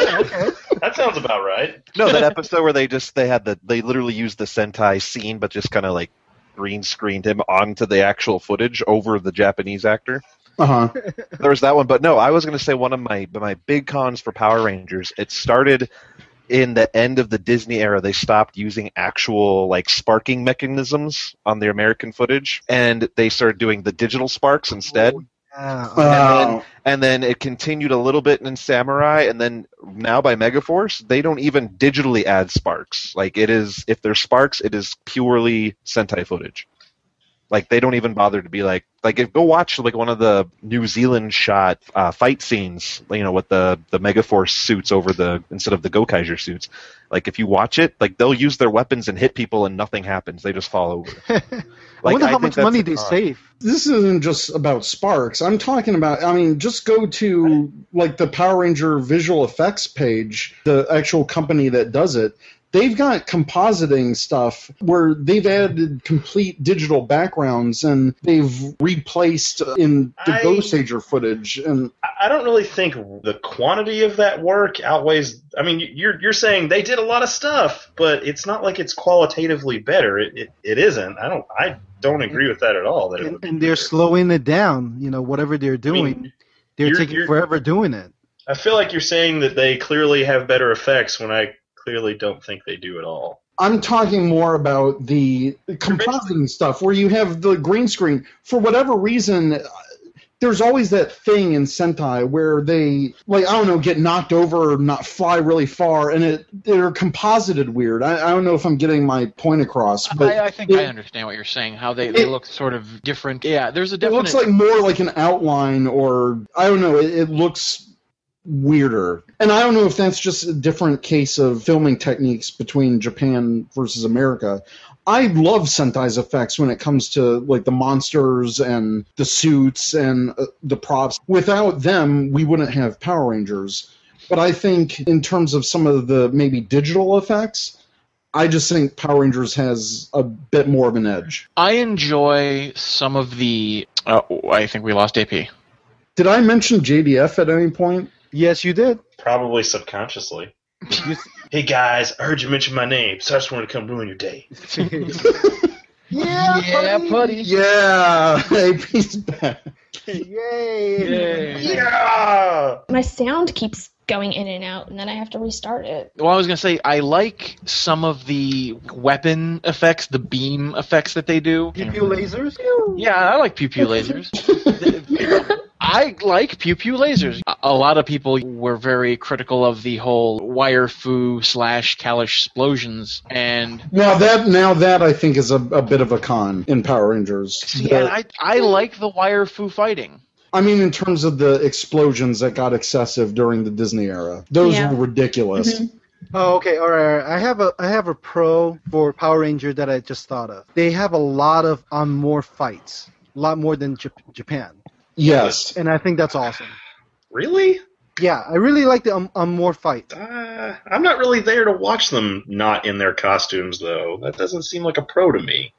[SPEAKER 7] That sounds about right.
[SPEAKER 5] No, that episode where they just they had the they literally used the Sentai scene, but just kind of like green screened him onto the actual footage over the Japanese actor.
[SPEAKER 4] Uh huh.
[SPEAKER 5] There was that one, but no, I was going to say one of my my big cons for Power Rangers. It started in the end of the Disney era. They stopped using actual like sparking mechanisms on the American footage, and they started doing the digital sparks instead.
[SPEAKER 8] Yeah. Oh.
[SPEAKER 4] Wow.
[SPEAKER 5] And then it continued a little bit in Samurai, and then now by Megaforce, they don't even digitally add sparks. Like it is, if there's sparks, it is purely Sentai footage. Like they don't even bother to be like, like if go watch like one of the New Zealand shot uh, fight scenes, you know, with the the Megaforce suits over the instead of the Gokaiser suits. Like if you watch it, like they'll use their weapons and hit people, and nothing happens. They just fall over.
[SPEAKER 8] I wonder how
[SPEAKER 5] think
[SPEAKER 8] much
[SPEAKER 5] that's
[SPEAKER 8] money
[SPEAKER 5] a
[SPEAKER 8] they
[SPEAKER 5] con.
[SPEAKER 8] save.
[SPEAKER 4] this isn't just about sparks. I'm talking about. I mean, just go to like the Power Ranger visual effects page, the actual company that does it. They've got compositing stuff where they've added complete digital backgrounds and they've replaced in the
[SPEAKER 7] I-
[SPEAKER 4] Ghost Sager footage. And
[SPEAKER 7] I- I don't really think the quantity of that work outweighs. I mean, you're you're saying they did a lot of stuff, but it's not like it's qualitatively better. It it, it isn't. I don't I don't agree with that at all. That it
[SPEAKER 8] and,
[SPEAKER 7] would,
[SPEAKER 8] and they're slowing it down. You know, whatever they're
[SPEAKER 7] I
[SPEAKER 8] doing,
[SPEAKER 7] mean,
[SPEAKER 8] they're
[SPEAKER 7] you're-
[SPEAKER 8] taking
[SPEAKER 7] you're-
[SPEAKER 8] forever doing it.
[SPEAKER 7] I feel like you're saying that they clearly have better effects when I clearly don't think they do at all.
[SPEAKER 4] I'm talking more about the compositing stuff where you have the green screen. For whatever reason, uh, there's always that thing in Sentai where they, like, I don't know, get knocked over or not fly really far, and it they're composited weird. I, I don't know if I'm getting my point across, but
[SPEAKER 3] I, I think
[SPEAKER 4] it,
[SPEAKER 3] I understand what you're saying. How they, they
[SPEAKER 4] It-
[SPEAKER 3] look sort of different. Yeah, there's a
[SPEAKER 4] it
[SPEAKER 3] definite.
[SPEAKER 4] looks like more like an outline, or I don't know, it, it looks weirder. And I don't know if that's just a different case of filming techniques between Japan versus America. I love Sentai's effects when it comes to like the monsters and the suits and uh, the props. Without them, we wouldn't have Power Rangers. But I think in terms of some of the maybe digital effects, I just think Power Rangers has a bit more of an edge.
[SPEAKER 3] I enjoy some of the. Oh, I think we lost AP.
[SPEAKER 4] Did I mention JDF at any point?
[SPEAKER 8] Yes, you did.
[SPEAKER 7] Probably subconsciously. hey guys, I heard you mention my name, so I just wanted to come ruin your day.
[SPEAKER 4] Yeah, yeah, buddy. Yeah, AP's back.
[SPEAKER 7] Yay!
[SPEAKER 6] My sound keeps going in and out, and then I have to restart it.
[SPEAKER 3] Well, I was gonna say I like some of the weapon effects, the beam effects that they do.
[SPEAKER 8] Pew pew lasers.
[SPEAKER 3] Yeah, I like pew pew lasers. I like pew pew lasers. A- A lot of people were very critical of the whole wire foo slash Kalish explosions, and
[SPEAKER 4] Now that now that I think is a, a bit of a con in Power Rangers.
[SPEAKER 3] yeah, I I like the wire foo fighting.
[SPEAKER 4] I mean, in terms of the explosions that got excessive during the Disney era, those
[SPEAKER 3] Yeah.
[SPEAKER 4] were ridiculous.
[SPEAKER 8] Oh, okay, all right, all right. I have a I have a pro for Power Ranger that I just thought of. They have a lot of on more fights, a lot more than Jap- Japan.
[SPEAKER 4] Yes.
[SPEAKER 8] and I think that's awesome.
[SPEAKER 7] Really?
[SPEAKER 8] Yeah, I really like the um, on more fight.
[SPEAKER 7] Uh, I'm not really there to watch them not in their costumes, though. That doesn't seem like a pro to me.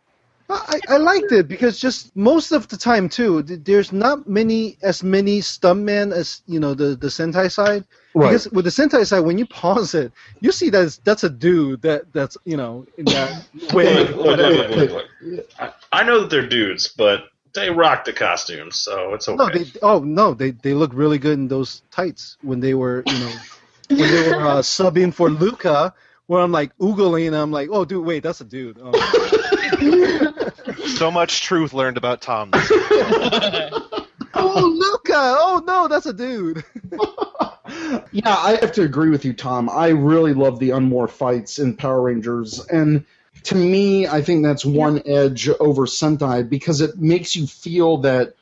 [SPEAKER 8] I, I liked it because just most of the time too, th- there's not many as many stuntmen as you know the the Sentai side.
[SPEAKER 4] Right.
[SPEAKER 8] Because with the Sentai side, when you pause it, you see that's that's a dude that that's you know in that way.
[SPEAKER 7] Look, look, look, look, look, look. I, I know that they're dudes, but they rock the costumes, so it's okay.
[SPEAKER 8] No, they oh no, they they look really good in those tights when they were you know when they were uh, subbing for Luca. Where I'm like oogling, and I'm like, oh dude, wait, that's a dude. Oh.
[SPEAKER 5] So much truth learned about Tom. this
[SPEAKER 8] oh Luca, oh no, that's a dude.
[SPEAKER 4] Yeah, I have to agree with you, Tom. I really love the unmore fights in Power Rangers, and to me, I think that's one edge over Sentai because it makes you feel that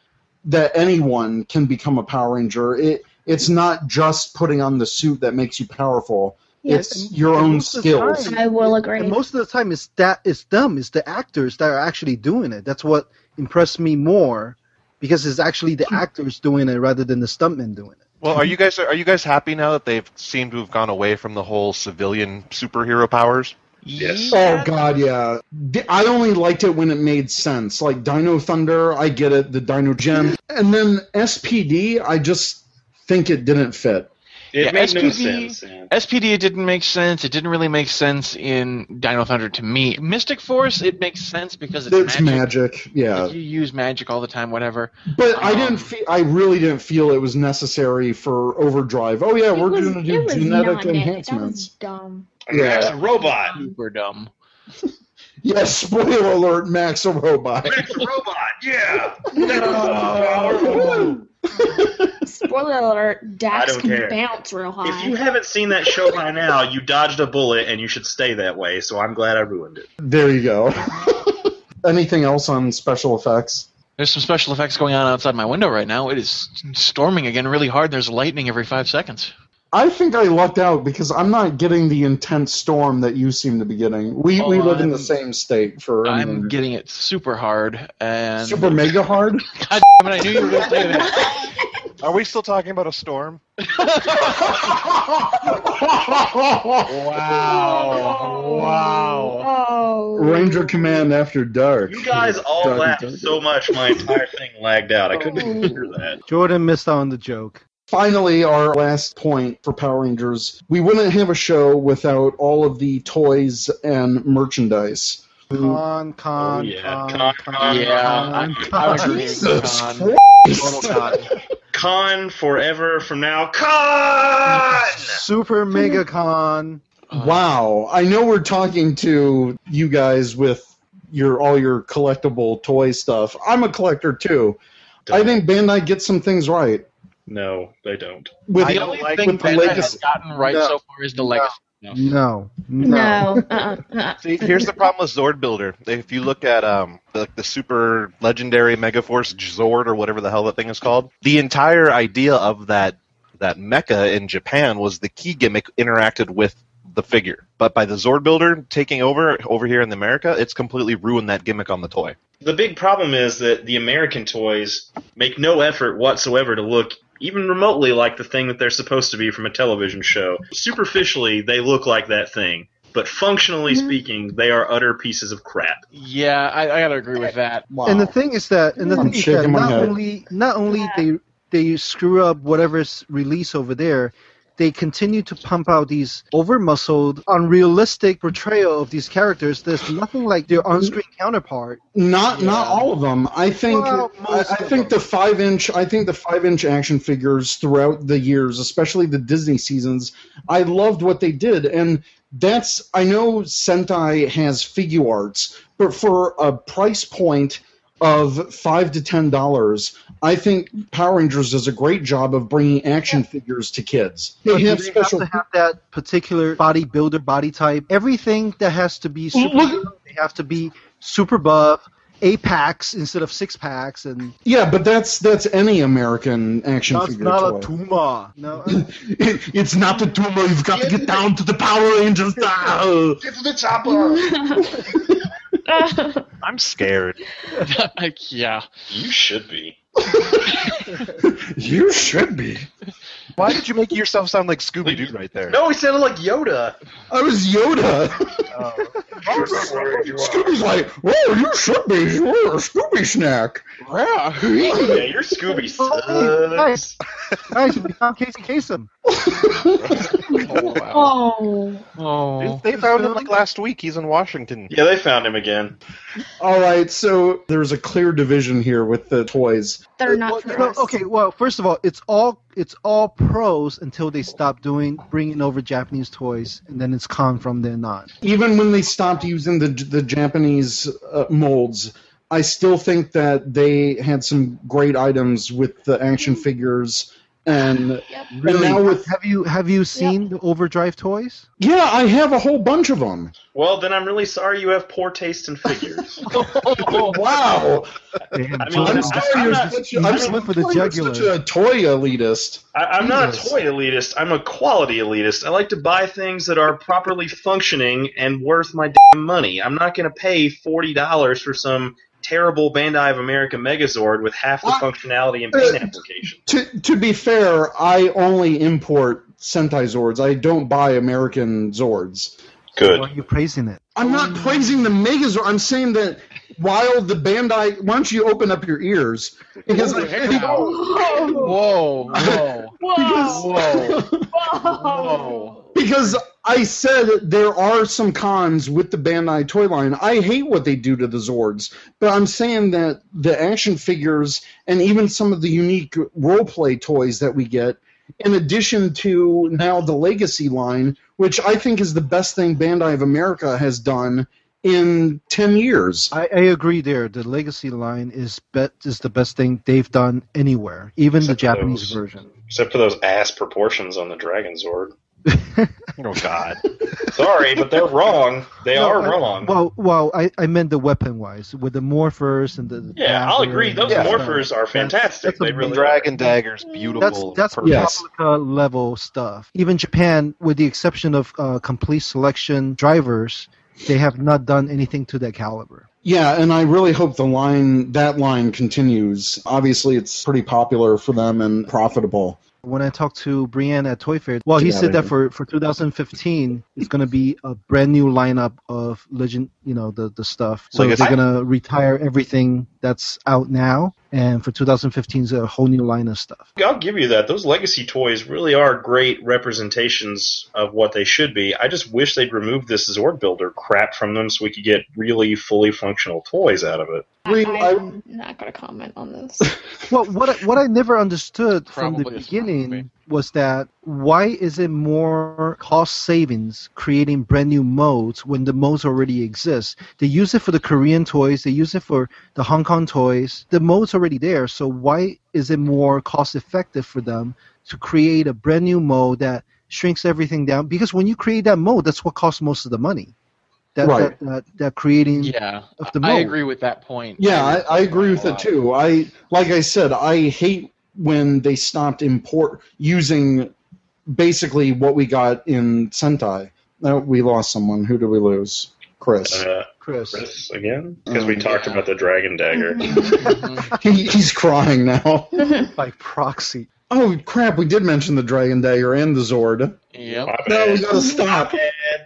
[SPEAKER 4] that anyone can become a Power Ranger. It it's not just putting on the suit that makes you powerful. It's
[SPEAKER 8] And-
[SPEAKER 4] your
[SPEAKER 8] and
[SPEAKER 4] own
[SPEAKER 8] most of the time-
[SPEAKER 4] skills.
[SPEAKER 8] And most of the time, it's that it's them, it's the actors that are actually doing it. That's what impressed me more, because it's actually the actors doing it rather than the stuntmen doing it.
[SPEAKER 5] Well, are you guys are you guys happy now that they've seemed to have gone away from the whole civilian superhero powers?
[SPEAKER 7] Yes.
[SPEAKER 4] Oh god, yeah. D- I only liked it when it made sense. Like Dino Thunder, I get it. The Dino Gem, and then SPD, I just think it didn't fit.
[SPEAKER 7] It
[SPEAKER 3] Yeah,
[SPEAKER 7] made no
[SPEAKER 3] SPD
[SPEAKER 7] sense.
[SPEAKER 3] SPD it didn't make sense. It didn't really make sense in Dino Thunder to me. Mystic Force it makes sense because it's,
[SPEAKER 4] It's
[SPEAKER 3] magic.
[SPEAKER 4] magic, yeah.
[SPEAKER 3] You use magic all the time, whatever.
[SPEAKER 4] But I didn't. Fe- I really didn't feel it was necessary for Overdrive. Oh yeah, we're going to do genetic enhancements.
[SPEAKER 6] dumb.
[SPEAKER 4] Yeah.
[SPEAKER 7] It's a robot.
[SPEAKER 3] Super dumb.
[SPEAKER 4] Yes, spoiler alert. Max a robot.
[SPEAKER 7] It's a robot. Yeah.
[SPEAKER 5] Oh.
[SPEAKER 6] Spoiler alert:
[SPEAKER 7] I
[SPEAKER 6] Dax
[SPEAKER 7] don't
[SPEAKER 6] can
[SPEAKER 7] care.
[SPEAKER 6] bounce real high.
[SPEAKER 7] If you haven't seen that show by now, you dodged a bullet, and you should stay that way. So I'm glad I ruined it.
[SPEAKER 4] There you go. Anything else on special effects?
[SPEAKER 3] There's some special effects going on outside my window right now. It is storming again really hard. There's lightning every five seconds.
[SPEAKER 4] I think I lucked out because I'm not getting the intense storm that you seem to be getting. We we
[SPEAKER 3] Oh,
[SPEAKER 4] live in the
[SPEAKER 3] I'm-
[SPEAKER 4] same state for
[SPEAKER 3] I'm getting it super hard and
[SPEAKER 4] super mega hard.
[SPEAKER 3] God damn it! I knew you were going to say that.
[SPEAKER 5] Are we still talking about a storm?
[SPEAKER 7] Wow. Wow.
[SPEAKER 6] Oh.
[SPEAKER 4] Ranger Command After Dark.
[SPEAKER 7] You guys all
[SPEAKER 4] Dark and
[SPEAKER 7] laughed
[SPEAKER 4] dark.
[SPEAKER 7] so much, my entire thing lagged out. I couldn't hear that.
[SPEAKER 8] Jordan missed out on the joke.
[SPEAKER 4] Finally, our last point for Power Rangers. We wouldn't have a show without all of the toys and merchandise.
[SPEAKER 8] Con, con, Oh, con, con,
[SPEAKER 7] Yeah,
[SPEAKER 8] con,
[SPEAKER 7] I-
[SPEAKER 8] con.
[SPEAKER 4] Jesus Christ.
[SPEAKER 7] Con forever from now. Con.
[SPEAKER 8] Super mega con.
[SPEAKER 4] Wow. I know we're talking to you guys with your all your collectible toy stuff. I'm a collector too. I think Bandai gets some things right.
[SPEAKER 7] No, they don't.
[SPEAKER 4] With
[SPEAKER 3] the
[SPEAKER 4] the-
[SPEAKER 3] only
[SPEAKER 4] like-
[SPEAKER 3] thing
[SPEAKER 4] with the
[SPEAKER 3] Bandai
[SPEAKER 4] legacy-
[SPEAKER 3] has gotten right
[SPEAKER 5] No.
[SPEAKER 3] so far is the legacy.
[SPEAKER 8] No,
[SPEAKER 6] no. Uh-uh. uh-uh.
[SPEAKER 5] See, here's the problem with Zord Builder. If you look at um the, the super legendary Megaforce Zord or whatever the hell that thing is called, the entire idea of that that mecha in Japan was the key gimmick interacted with the figure. But by the Zord Builder taking over over here in America, it's completely ruined that gimmick on the toy.
[SPEAKER 7] The big problem is that the American toys make no effort whatsoever to look even remotely like the thing that they're supposed to be from a television show. Superficially, they look like that thing, but functionally
[SPEAKER 4] Mm-hmm.
[SPEAKER 7] speaking, they are utter pieces of crap.
[SPEAKER 3] Yeah, I, I gotta agree with that.
[SPEAKER 8] And the thing is that, and the
[SPEAKER 7] I'm
[SPEAKER 8] thing is that
[SPEAKER 7] shaking my
[SPEAKER 8] not
[SPEAKER 7] head.
[SPEAKER 8] only not only they they screw up whatever's released over there, they continue to pump out these over muscled, unrealistic portrayal of these characters. There's nothing like their on screen counterpart.
[SPEAKER 4] Not not all of them. I think
[SPEAKER 8] Well,
[SPEAKER 4] I, I think the five inch I think the five inch action figures throughout the years, especially the Disney seasons, I loved what they did, and that's I know Sentai has figure arts, but for a price point of five to ten dollars, I think Power Rangers does a great job of bringing action figures to kids.
[SPEAKER 8] You know,
[SPEAKER 4] They have
[SPEAKER 8] they
[SPEAKER 4] special
[SPEAKER 8] have to have that particular bodybuilder body type. Everything that has to be super, they have to be super buff, eight packs instead of six packs, and
[SPEAKER 4] Yeah, but that's that's any American action
[SPEAKER 8] that's
[SPEAKER 4] figure
[SPEAKER 8] not a
[SPEAKER 4] toy.
[SPEAKER 8] tumor. No,
[SPEAKER 4] it's not a tumor. You've got to get down to the Power Rangers. style.
[SPEAKER 11] Get to the chopper.
[SPEAKER 5] I'm scared.
[SPEAKER 3] yeah.
[SPEAKER 7] You should be.
[SPEAKER 4] you should be.
[SPEAKER 5] Why did you make yourself sound like Scooby Doo right there?
[SPEAKER 7] No, he sounded like Yoda.
[SPEAKER 4] I was Yoda. Scooby's like, whoa, you should be. You're a Scooby snack.
[SPEAKER 3] Yeah,
[SPEAKER 7] you're Scooby. sucks.
[SPEAKER 8] nice, nice. We found Casey Kasem.
[SPEAKER 6] Oh.
[SPEAKER 3] Oh.
[SPEAKER 5] They found him like last week. He's in Washington.
[SPEAKER 7] Yeah, they found him again.
[SPEAKER 4] All right, so there's a clear division here with the toys.
[SPEAKER 6] They're not
[SPEAKER 8] You
[SPEAKER 6] for
[SPEAKER 8] know,
[SPEAKER 6] us.
[SPEAKER 8] okay, Uh, well, first of all, it's all it's all pros until they stop doing bringing over Japanese toys, and then it's con from then on.
[SPEAKER 4] Even when they stopped using the the Japanese uh, molds, I still think that they had some great items with the action figures. And, and now with
[SPEAKER 8] have you have you seen the Overdrive toys?
[SPEAKER 4] yeah, I have a whole bunch of them.
[SPEAKER 7] Well, then I'm really sorry you have poor taste in figures.
[SPEAKER 4] Oh, wow.
[SPEAKER 7] I mean, I'm, I'm, not,
[SPEAKER 4] I'm
[SPEAKER 8] for the
[SPEAKER 4] such a toy elitist.
[SPEAKER 7] I- I'm not a toy elitist. I'm a quality elitist. I like to buy things that are properly functioning and worth my damn money. I'm not going to pay forty dollars for some terrible Bandai of America Megazord with half the functionality and paint application.
[SPEAKER 4] To to be fair, I only import Sentai Zords. I don't buy American Zords.
[SPEAKER 7] Good.
[SPEAKER 8] Why are you praising it?
[SPEAKER 4] I'm not praising the Megazord. I'm saying that while the Bandai, why don't you open up your ears? Because
[SPEAKER 11] Holy
[SPEAKER 4] I-
[SPEAKER 3] Whoa, whoa, whoa, whoa.
[SPEAKER 4] because I said there are some cons with the Bandai toy line. I hate what they do to the Zords, but I'm saying that the action figures and even some of the unique roleplay toys that we get, in addition to now the Legacy line, which I think is the best thing Bandai of America has done in 10 years.
[SPEAKER 8] I, I agree there. The Legacy line is bet is the best thing they've done anywhere, even the Japanese version.
[SPEAKER 7] Except for those ass proportions on the Dragon Zord.
[SPEAKER 5] oh God.
[SPEAKER 7] Sorry, but they're wrong. They
[SPEAKER 8] No,
[SPEAKER 7] are
[SPEAKER 8] I-
[SPEAKER 7] wrong.
[SPEAKER 8] Well, well, I, I meant the weapon wise with the morphers and the. the
[SPEAKER 7] yeah, I'll
[SPEAKER 8] dagger
[SPEAKER 7] agree.
[SPEAKER 8] and
[SPEAKER 7] Those
[SPEAKER 8] all that
[SPEAKER 7] morphers
[SPEAKER 8] stuff.
[SPEAKER 7] are fantastic. they really
[SPEAKER 5] Dragon Dagger's beautiful.
[SPEAKER 8] That's that's
[SPEAKER 5] Yes.
[SPEAKER 8] Republica level stuff. Even Japan, with the exception of uh, complete selection drivers, they have not done anything to that caliber.
[SPEAKER 4] Yeah, and I really hope the line that line continues. Obviously, it's pretty popular for them and profitable.
[SPEAKER 8] When I talked to Brienne at Toy Fair, well, he
[SPEAKER 4] Yeah,
[SPEAKER 8] said that
[SPEAKER 4] they-
[SPEAKER 8] for, for 2015, it's going to be a brand new lineup of legend, you know, the, the stuff. So
[SPEAKER 5] Like I
[SPEAKER 8] they're
[SPEAKER 5] said-
[SPEAKER 8] going to retire everything that's out now, and for 2015, it's a whole new line of stuff.
[SPEAKER 7] I'll give you that. Those legacy toys really are great representations of what they should be. I just wish they'd removed this Zord Builder crap from them so we could get really fully functional toys out of it.
[SPEAKER 6] I'm not gonna comment on this.
[SPEAKER 8] well, what I, what I never understood from
[SPEAKER 6] Probably
[SPEAKER 8] the
[SPEAKER 6] a
[SPEAKER 8] beginning was that why is it more cost savings creating brand new modes when the modes already exist? They use it for the Korean toys, they use it for the Hong Kong toys. The modes already there, so why is it more cost effective for them to create a brand new mode that shrinks everything down? Because when you create that mode, that's what costs most of the money. That
[SPEAKER 4] Right.
[SPEAKER 8] that, that, that creating
[SPEAKER 3] yeah,
[SPEAKER 8] of the
[SPEAKER 3] I
[SPEAKER 8] mode.
[SPEAKER 3] agree with that point.
[SPEAKER 4] Yeah, I, I agree with it too. I like I said, I hate when they stopped import using basically what we got in Sentai. Now we lost someone. Who do we lose? Chris.
[SPEAKER 7] Uh,
[SPEAKER 8] Chris.
[SPEAKER 7] again? Because we talked about the dragon dagger.
[SPEAKER 4] he, he's crying now.
[SPEAKER 8] By proxy.
[SPEAKER 4] Oh crap! We did mention the Dragon Dagger and the Zord.
[SPEAKER 3] Yep.
[SPEAKER 4] No, we gotta stop.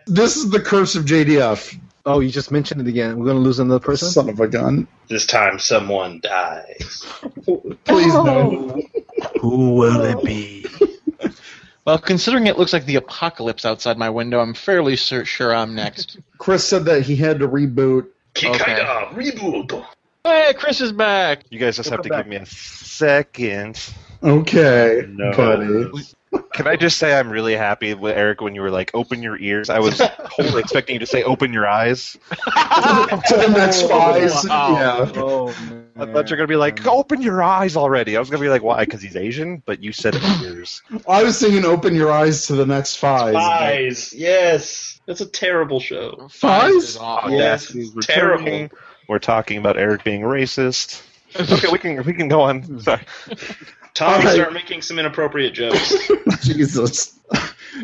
[SPEAKER 4] This is the curse of JDF.
[SPEAKER 8] Oh, you just mentioned it again. We're gonna lose another person.
[SPEAKER 4] Son of a gun.
[SPEAKER 7] This time someone dies.
[SPEAKER 4] Please no.
[SPEAKER 7] Who will
[SPEAKER 8] Oh.
[SPEAKER 7] it be?
[SPEAKER 3] Well, considering it looks like the apocalypse outside my window, I'm fairly sur- sure I'm next.
[SPEAKER 4] Chris said that he had to reboot.
[SPEAKER 7] Kikaida, reboot.
[SPEAKER 3] Hey, Chris is back.
[SPEAKER 5] You guys just have to give me a second.
[SPEAKER 4] Okay,
[SPEAKER 5] No.
[SPEAKER 4] buddy.
[SPEAKER 5] Can I just say I'm really happy with Eric when you were like, open your ears? I was totally expecting you to say, open your eyes.
[SPEAKER 4] to the
[SPEAKER 9] Oh,
[SPEAKER 4] next spies. Yeah.
[SPEAKER 5] I thought you were going to be like, open your eyes already. I was going to be like, why? Because he's Asian? But you said ears.
[SPEAKER 4] I was thinking, open your eyes to the next five.
[SPEAKER 7] Eyes, yes. That's a terrible show.
[SPEAKER 4] Fives?
[SPEAKER 7] Yes,
[SPEAKER 5] Audacity is
[SPEAKER 7] terrible.
[SPEAKER 5] returning. We're talking about Eric being racist. okay, we can we can go on. Sorry.
[SPEAKER 7] Tommy,
[SPEAKER 4] Alright.
[SPEAKER 7] start making some inappropriate jokes.
[SPEAKER 4] Jesus.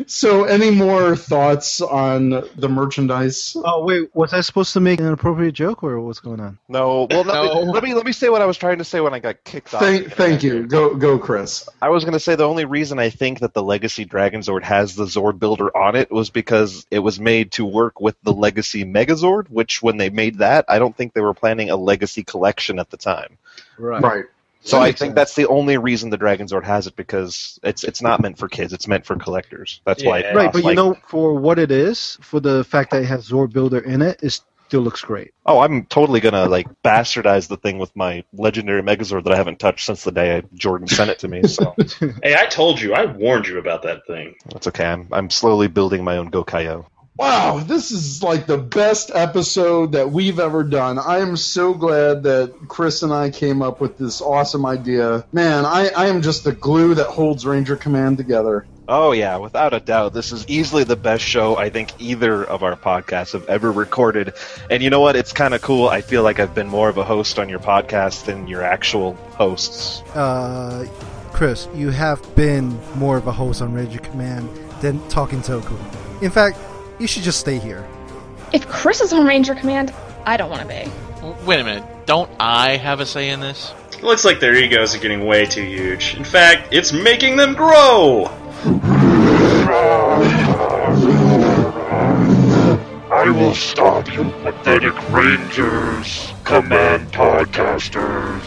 [SPEAKER 4] So, any more thoughts on the merchandise?
[SPEAKER 8] Oh wait, was I supposed to make an appropriate joke or what's going on?
[SPEAKER 5] No. Well, let, Me,
[SPEAKER 4] No.
[SPEAKER 5] let me let me say what I was trying to say when I got kicked off.
[SPEAKER 4] Thank, thank you. Go, go, Chris.
[SPEAKER 5] I was going to say the only reason I think that the Legacy Dragon Zord has the Zord Builder on it was because it was made to work with the Legacy Megazord, which when they made that, I don't think they were planning a Legacy collection at the time.
[SPEAKER 8] Right.
[SPEAKER 4] Right.
[SPEAKER 5] So
[SPEAKER 4] That
[SPEAKER 5] I
[SPEAKER 4] makes
[SPEAKER 5] think that's the only reason the Dragon Zord has it because it's it's not meant for kids; it's meant for collectors. That's why. It
[SPEAKER 8] Right,
[SPEAKER 5] costs,
[SPEAKER 8] but you
[SPEAKER 5] like-
[SPEAKER 8] know, for what it is, for the fact that it has Zord Builder in it, it still looks great.
[SPEAKER 5] Oh, I'm totally gonna like bastardize the thing with my legendary Megazord that I haven't touched since the day Jordan sent it to me. So
[SPEAKER 7] hey, I told you, I warned you about that thing.
[SPEAKER 5] that's okay. I'm I'm slowly building my own Gokayo.
[SPEAKER 4] Wow, this is like the best episode that we've ever done. I am so glad that Chris and I came up with this awesome idea. Man, I, I am just the glue that holds Ranger Command together.
[SPEAKER 5] Oh yeah, without a doubt, this is easily the best show I think either of our podcasts have ever recorded. And you know what? It's kind of cool. I feel like I've been more of a host on your podcast than your actual hosts.
[SPEAKER 13] Uh, Chris, you have been more of a host on Ranger Command than talking Toku. In fact, you should just stay here.
[SPEAKER 6] If Chris is on Ranger Command, I don't want to be.
[SPEAKER 3] Wait a minute. Don't I have a say in this?
[SPEAKER 7] It looks like their egos are getting way too huge. In fact, it's making them grow.
[SPEAKER 9] I will stop you pathetic rangers, command podcasters.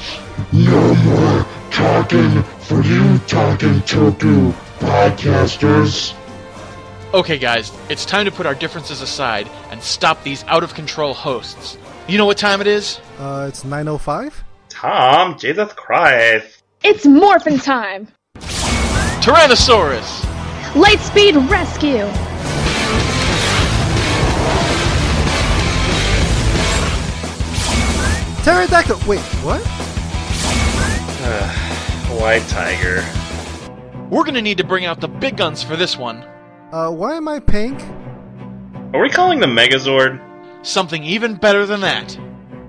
[SPEAKER 9] No more talking for you talking Toku podcasters.
[SPEAKER 3] Okay, guys, it's time to put our differences aside and stop these out of control hosts. You know what time it is?
[SPEAKER 13] Uh, it's 905?
[SPEAKER 7] Tom, Jesus Christ.
[SPEAKER 6] It's morphin' time.
[SPEAKER 3] Tyrannosaurus!
[SPEAKER 6] Lightspeed rescue.
[SPEAKER 13] Pterodactyl! Wait, what?
[SPEAKER 7] Uh, White Tiger.
[SPEAKER 3] We're gonna need to bring out the big guns for this one.
[SPEAKER 13] Uh, why am I pink?
[SPEAKER 7] Are we calling them Megazord?
[SPEAKER 3] Something even better than that.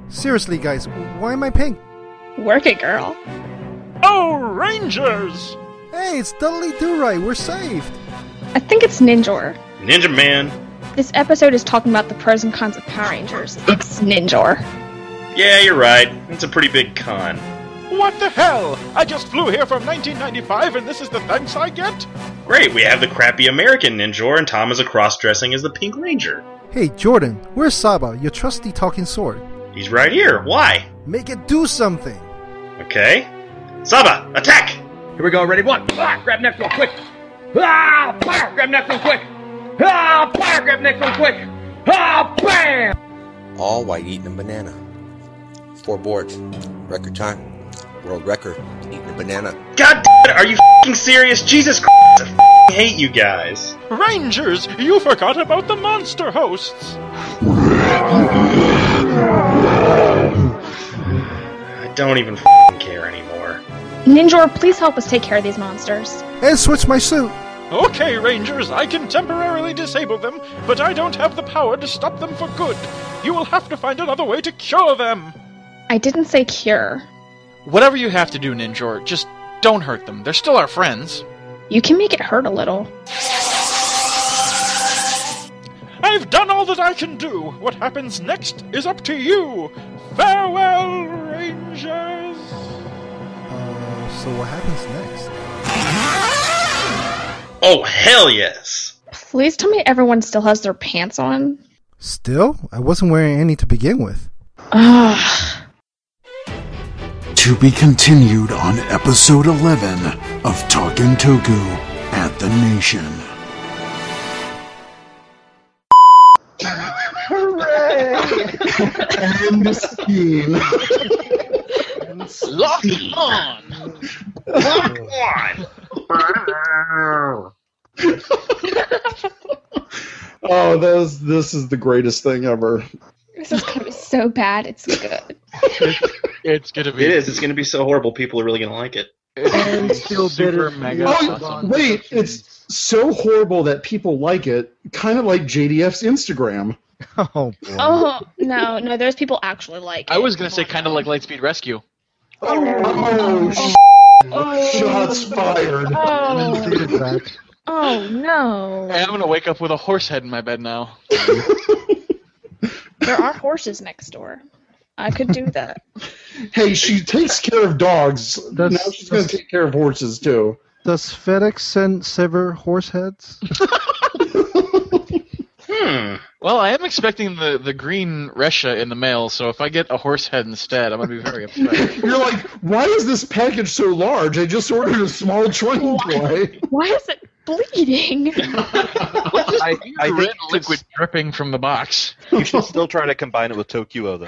[SPEAKER 13] Seriously, guys, why am I pink?
[SPEAKER 6] Work it, girl.
[SPEAKER 3] Oh, Rangers!
[SPEAKER 13] Hey, it's Dudley Do Right. We're saved.
[SPEAKER 6] I think it's Ninjor.
[SPEAKER 7] Ninja Man.
[SPEAKER 6] This episode is talking about the pros and cons of Power Rangers. It's Ninjor.
[SPEAKER 7] Yeah, you're right. It's a pretty big con.
[SPEAKER 3] What the hell? I just flew here from 1995 and this is the thanks I get?
[SPEAKER 7] Great, we have the crappy American Ninjor, and Tom is a cross dressing as the Pink Ranger.
[SPEAKER 13] Hey, Jordan, where's Saba, your trusty talking sword?
[SPEAKER 7] He's right here. Why?
[SPEAKER 13] Make it do something!
[SPEAKER 7] Okay. Saba, attack!
[SPEAKER 14] Here we go, ready? One. Ah, grab next one quick. Ah, fire, grab next one quick. Ah, fire, grab next one quick. Ah, bam!
[SPEAKER 15] all while eating a banana. Four boards. Record time. World record. Eating a banana.
[SPEAKER 7] God damn it, are you fing serious? Jesus Christ, I fing hate you guys.
[SPEAKER 3] Rangers, you forgot about the monster hosts!
[SPEAKER 7] I don't even fing care anymore.
[SPEAKER 6] Ninjor, please help us take care of these monsters.
[SPEAKER 13] And switch my suit!
[SPEAKER 3] Okay, Rangers, I can temporarily disable them, but I don't have the power to stop them for good. You will have to find another way to cure them!
[SPEAKER 6] I didn't say cure.
[SPEAKER 3] Whatever you have to do, Ninjor, just Don't hurt them. They're still our friends.
[SPEAKER 6] You can make it hurt a little.
[SPEAKER 16] I've done all that I can do. What happens next is up to you. Farewell, Rangers.
[SPEAKER 17] Uh, so what happens next?
[SPEAKER 7] Oh hell yes!
[SPEAKER 6] Please tell me everyone still has their pants on.
[SPEAKER 17] Still, I wasn't wearing any to begin with.
[SPEAKER 6] Ugh.
[SPEAKER 4] To be continued on episode 11 of Talkin' Toku at the Nation.
[SPEAKER 9] End scene.
[SPEAKER 3] Lock on. Lock on.
[SPEAKER 9] oh, this Oh, this is the greatest thing ever.
[SPEAKER 6] This is gonna be so bad. It's good.
[SPEAKER 3] It's gonna be.
[SPEAKER 7] It is. It's gonna be so horrible. People are really gonna like it.
[SPEAKER 8] And still
[SPEAKER 3] Super
[SPEAKER 8] bitter.
[SPEAKER 3] mega
[SPEAKER 9] Oh,
[SPEAKER 3] awesome.
[SPEAKER 9] wait, it's so horrible that people like it, kind of like JDF's Instagram.
[SPEAKER 17] Oh,
[SPEAKER 6] Oh no, no, those people actually like.
[SPEAKER 3] I was gonna say kind of like Lightspeed Rescue.
[SPEAKER 9] Oh,
[SPEAKER 6] Oh,
[SPEAKER 9] shots fired.
[SPEAKER 6] Oh, oh no!
[SPEAKER 3] And I'm gonna wake up with a horse head in my bed now.
[SPEAKER 6] There are horses next door. I could do that.
[SPEAKER 9] Hey, she takes care of dogs. now she's going to take care of horses too.
[SPEAKER 8] Does FedEx send sever horse heads?
[SPEAKER 7] Hmm.
[SPEAKER 3] Well, I am expecting the, the green Resha in the mail, so if I get a horse head instead, I'm gonna be very upset.
[SPEAKER 9] You're like, why is this package so large? I just ordered a small train toy.
[SPEAKER 6] Why is it bleeding?
[SPEAKER 3] I,
[SPEAKER 5] I think
[SPEAKER 3] red
[SPEAKER 5] you could
[SPEAKER 3] liquid dripping from the box.
[SPEAKER 5] You should still try to combine it with Tokyo, though.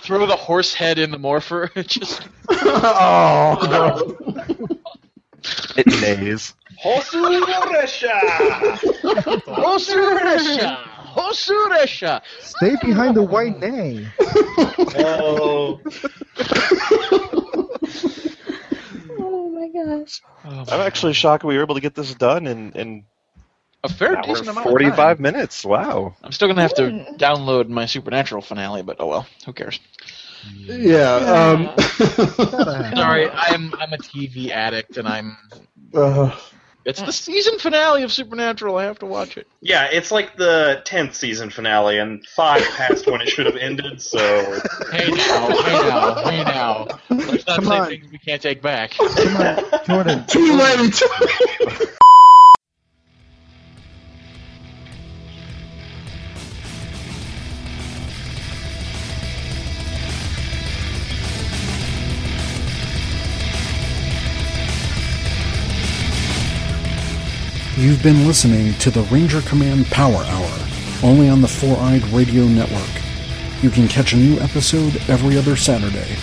[SPEAKER 3] Throw the horse head in the morpher. It Just
[SPEAKER 9] oh.
[SPEAKER 5] It neighs.
[SPEAKER 3] Hosuresha! Hosuresha! Hosuresha!
[SPEAKER 8] Stay behind the white name.
[SPEAKER 7] Oh.
[SPEAKER 6] oh my gosh!
[SPEAKER 3] Oh,
[SPEAKER 5] I'm actually shocked we were able to get this done in, in
[SPEAKER 3] A fair
[SPEAKER 5] an hour
[SPEAKER 3] decent
[SPEAKER 5] and
[SPEAKER 3] amount. Of time.
[SPEAKER 5] 45 minutes. Wow.
[SPEAKER 3] I'm still gonna have to download my Supernatural finale, but oh well, who cares?
[SPEAKER 8] um,
[SPEAKER 9] Yeah.
[SPEAKER 3] Sorry, I'm I'm a TV addict, and I'm
[SPEAKER 9] Um, uh,
[SPEAKER 3] it's the season finale of Supernatural. I have to watch it.
[SPEAKER 7] Yeah, it's like the tenth season finale and five past when it should have ended. So
[SPEAKER 3] Hey now, hey now, hey now. Let's not
[SPEAKER 8] Come
[SPEAKER 3] say
[SPEAKER 8] on.
[SPEAKER 3] things we can't take back.
[SPEAKER 8] Jordan.
[SPEAKER 9] too late.
[SPEAKER 4] You've been listening to the Ranger Command Power Hour, only on the Four Eyed Radio Network. You can catch a new episode every other Saturday.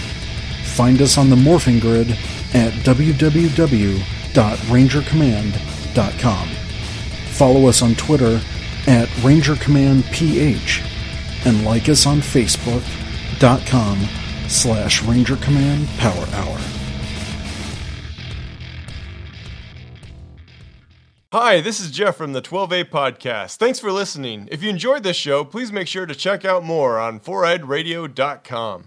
[SPEAKER 4] Find us on the Morphing Grid at www.rangercommand.com. Follow us on Twitter at Ranger Command PH and like us on Facebook.com slash Ranger Command Power Hour.
[SPEAKER 12] Hi, this is Jeff from the 12A Podcast. Thanks for listening. If you enjoyed this show, please make sure to check out more on 4edradio.com.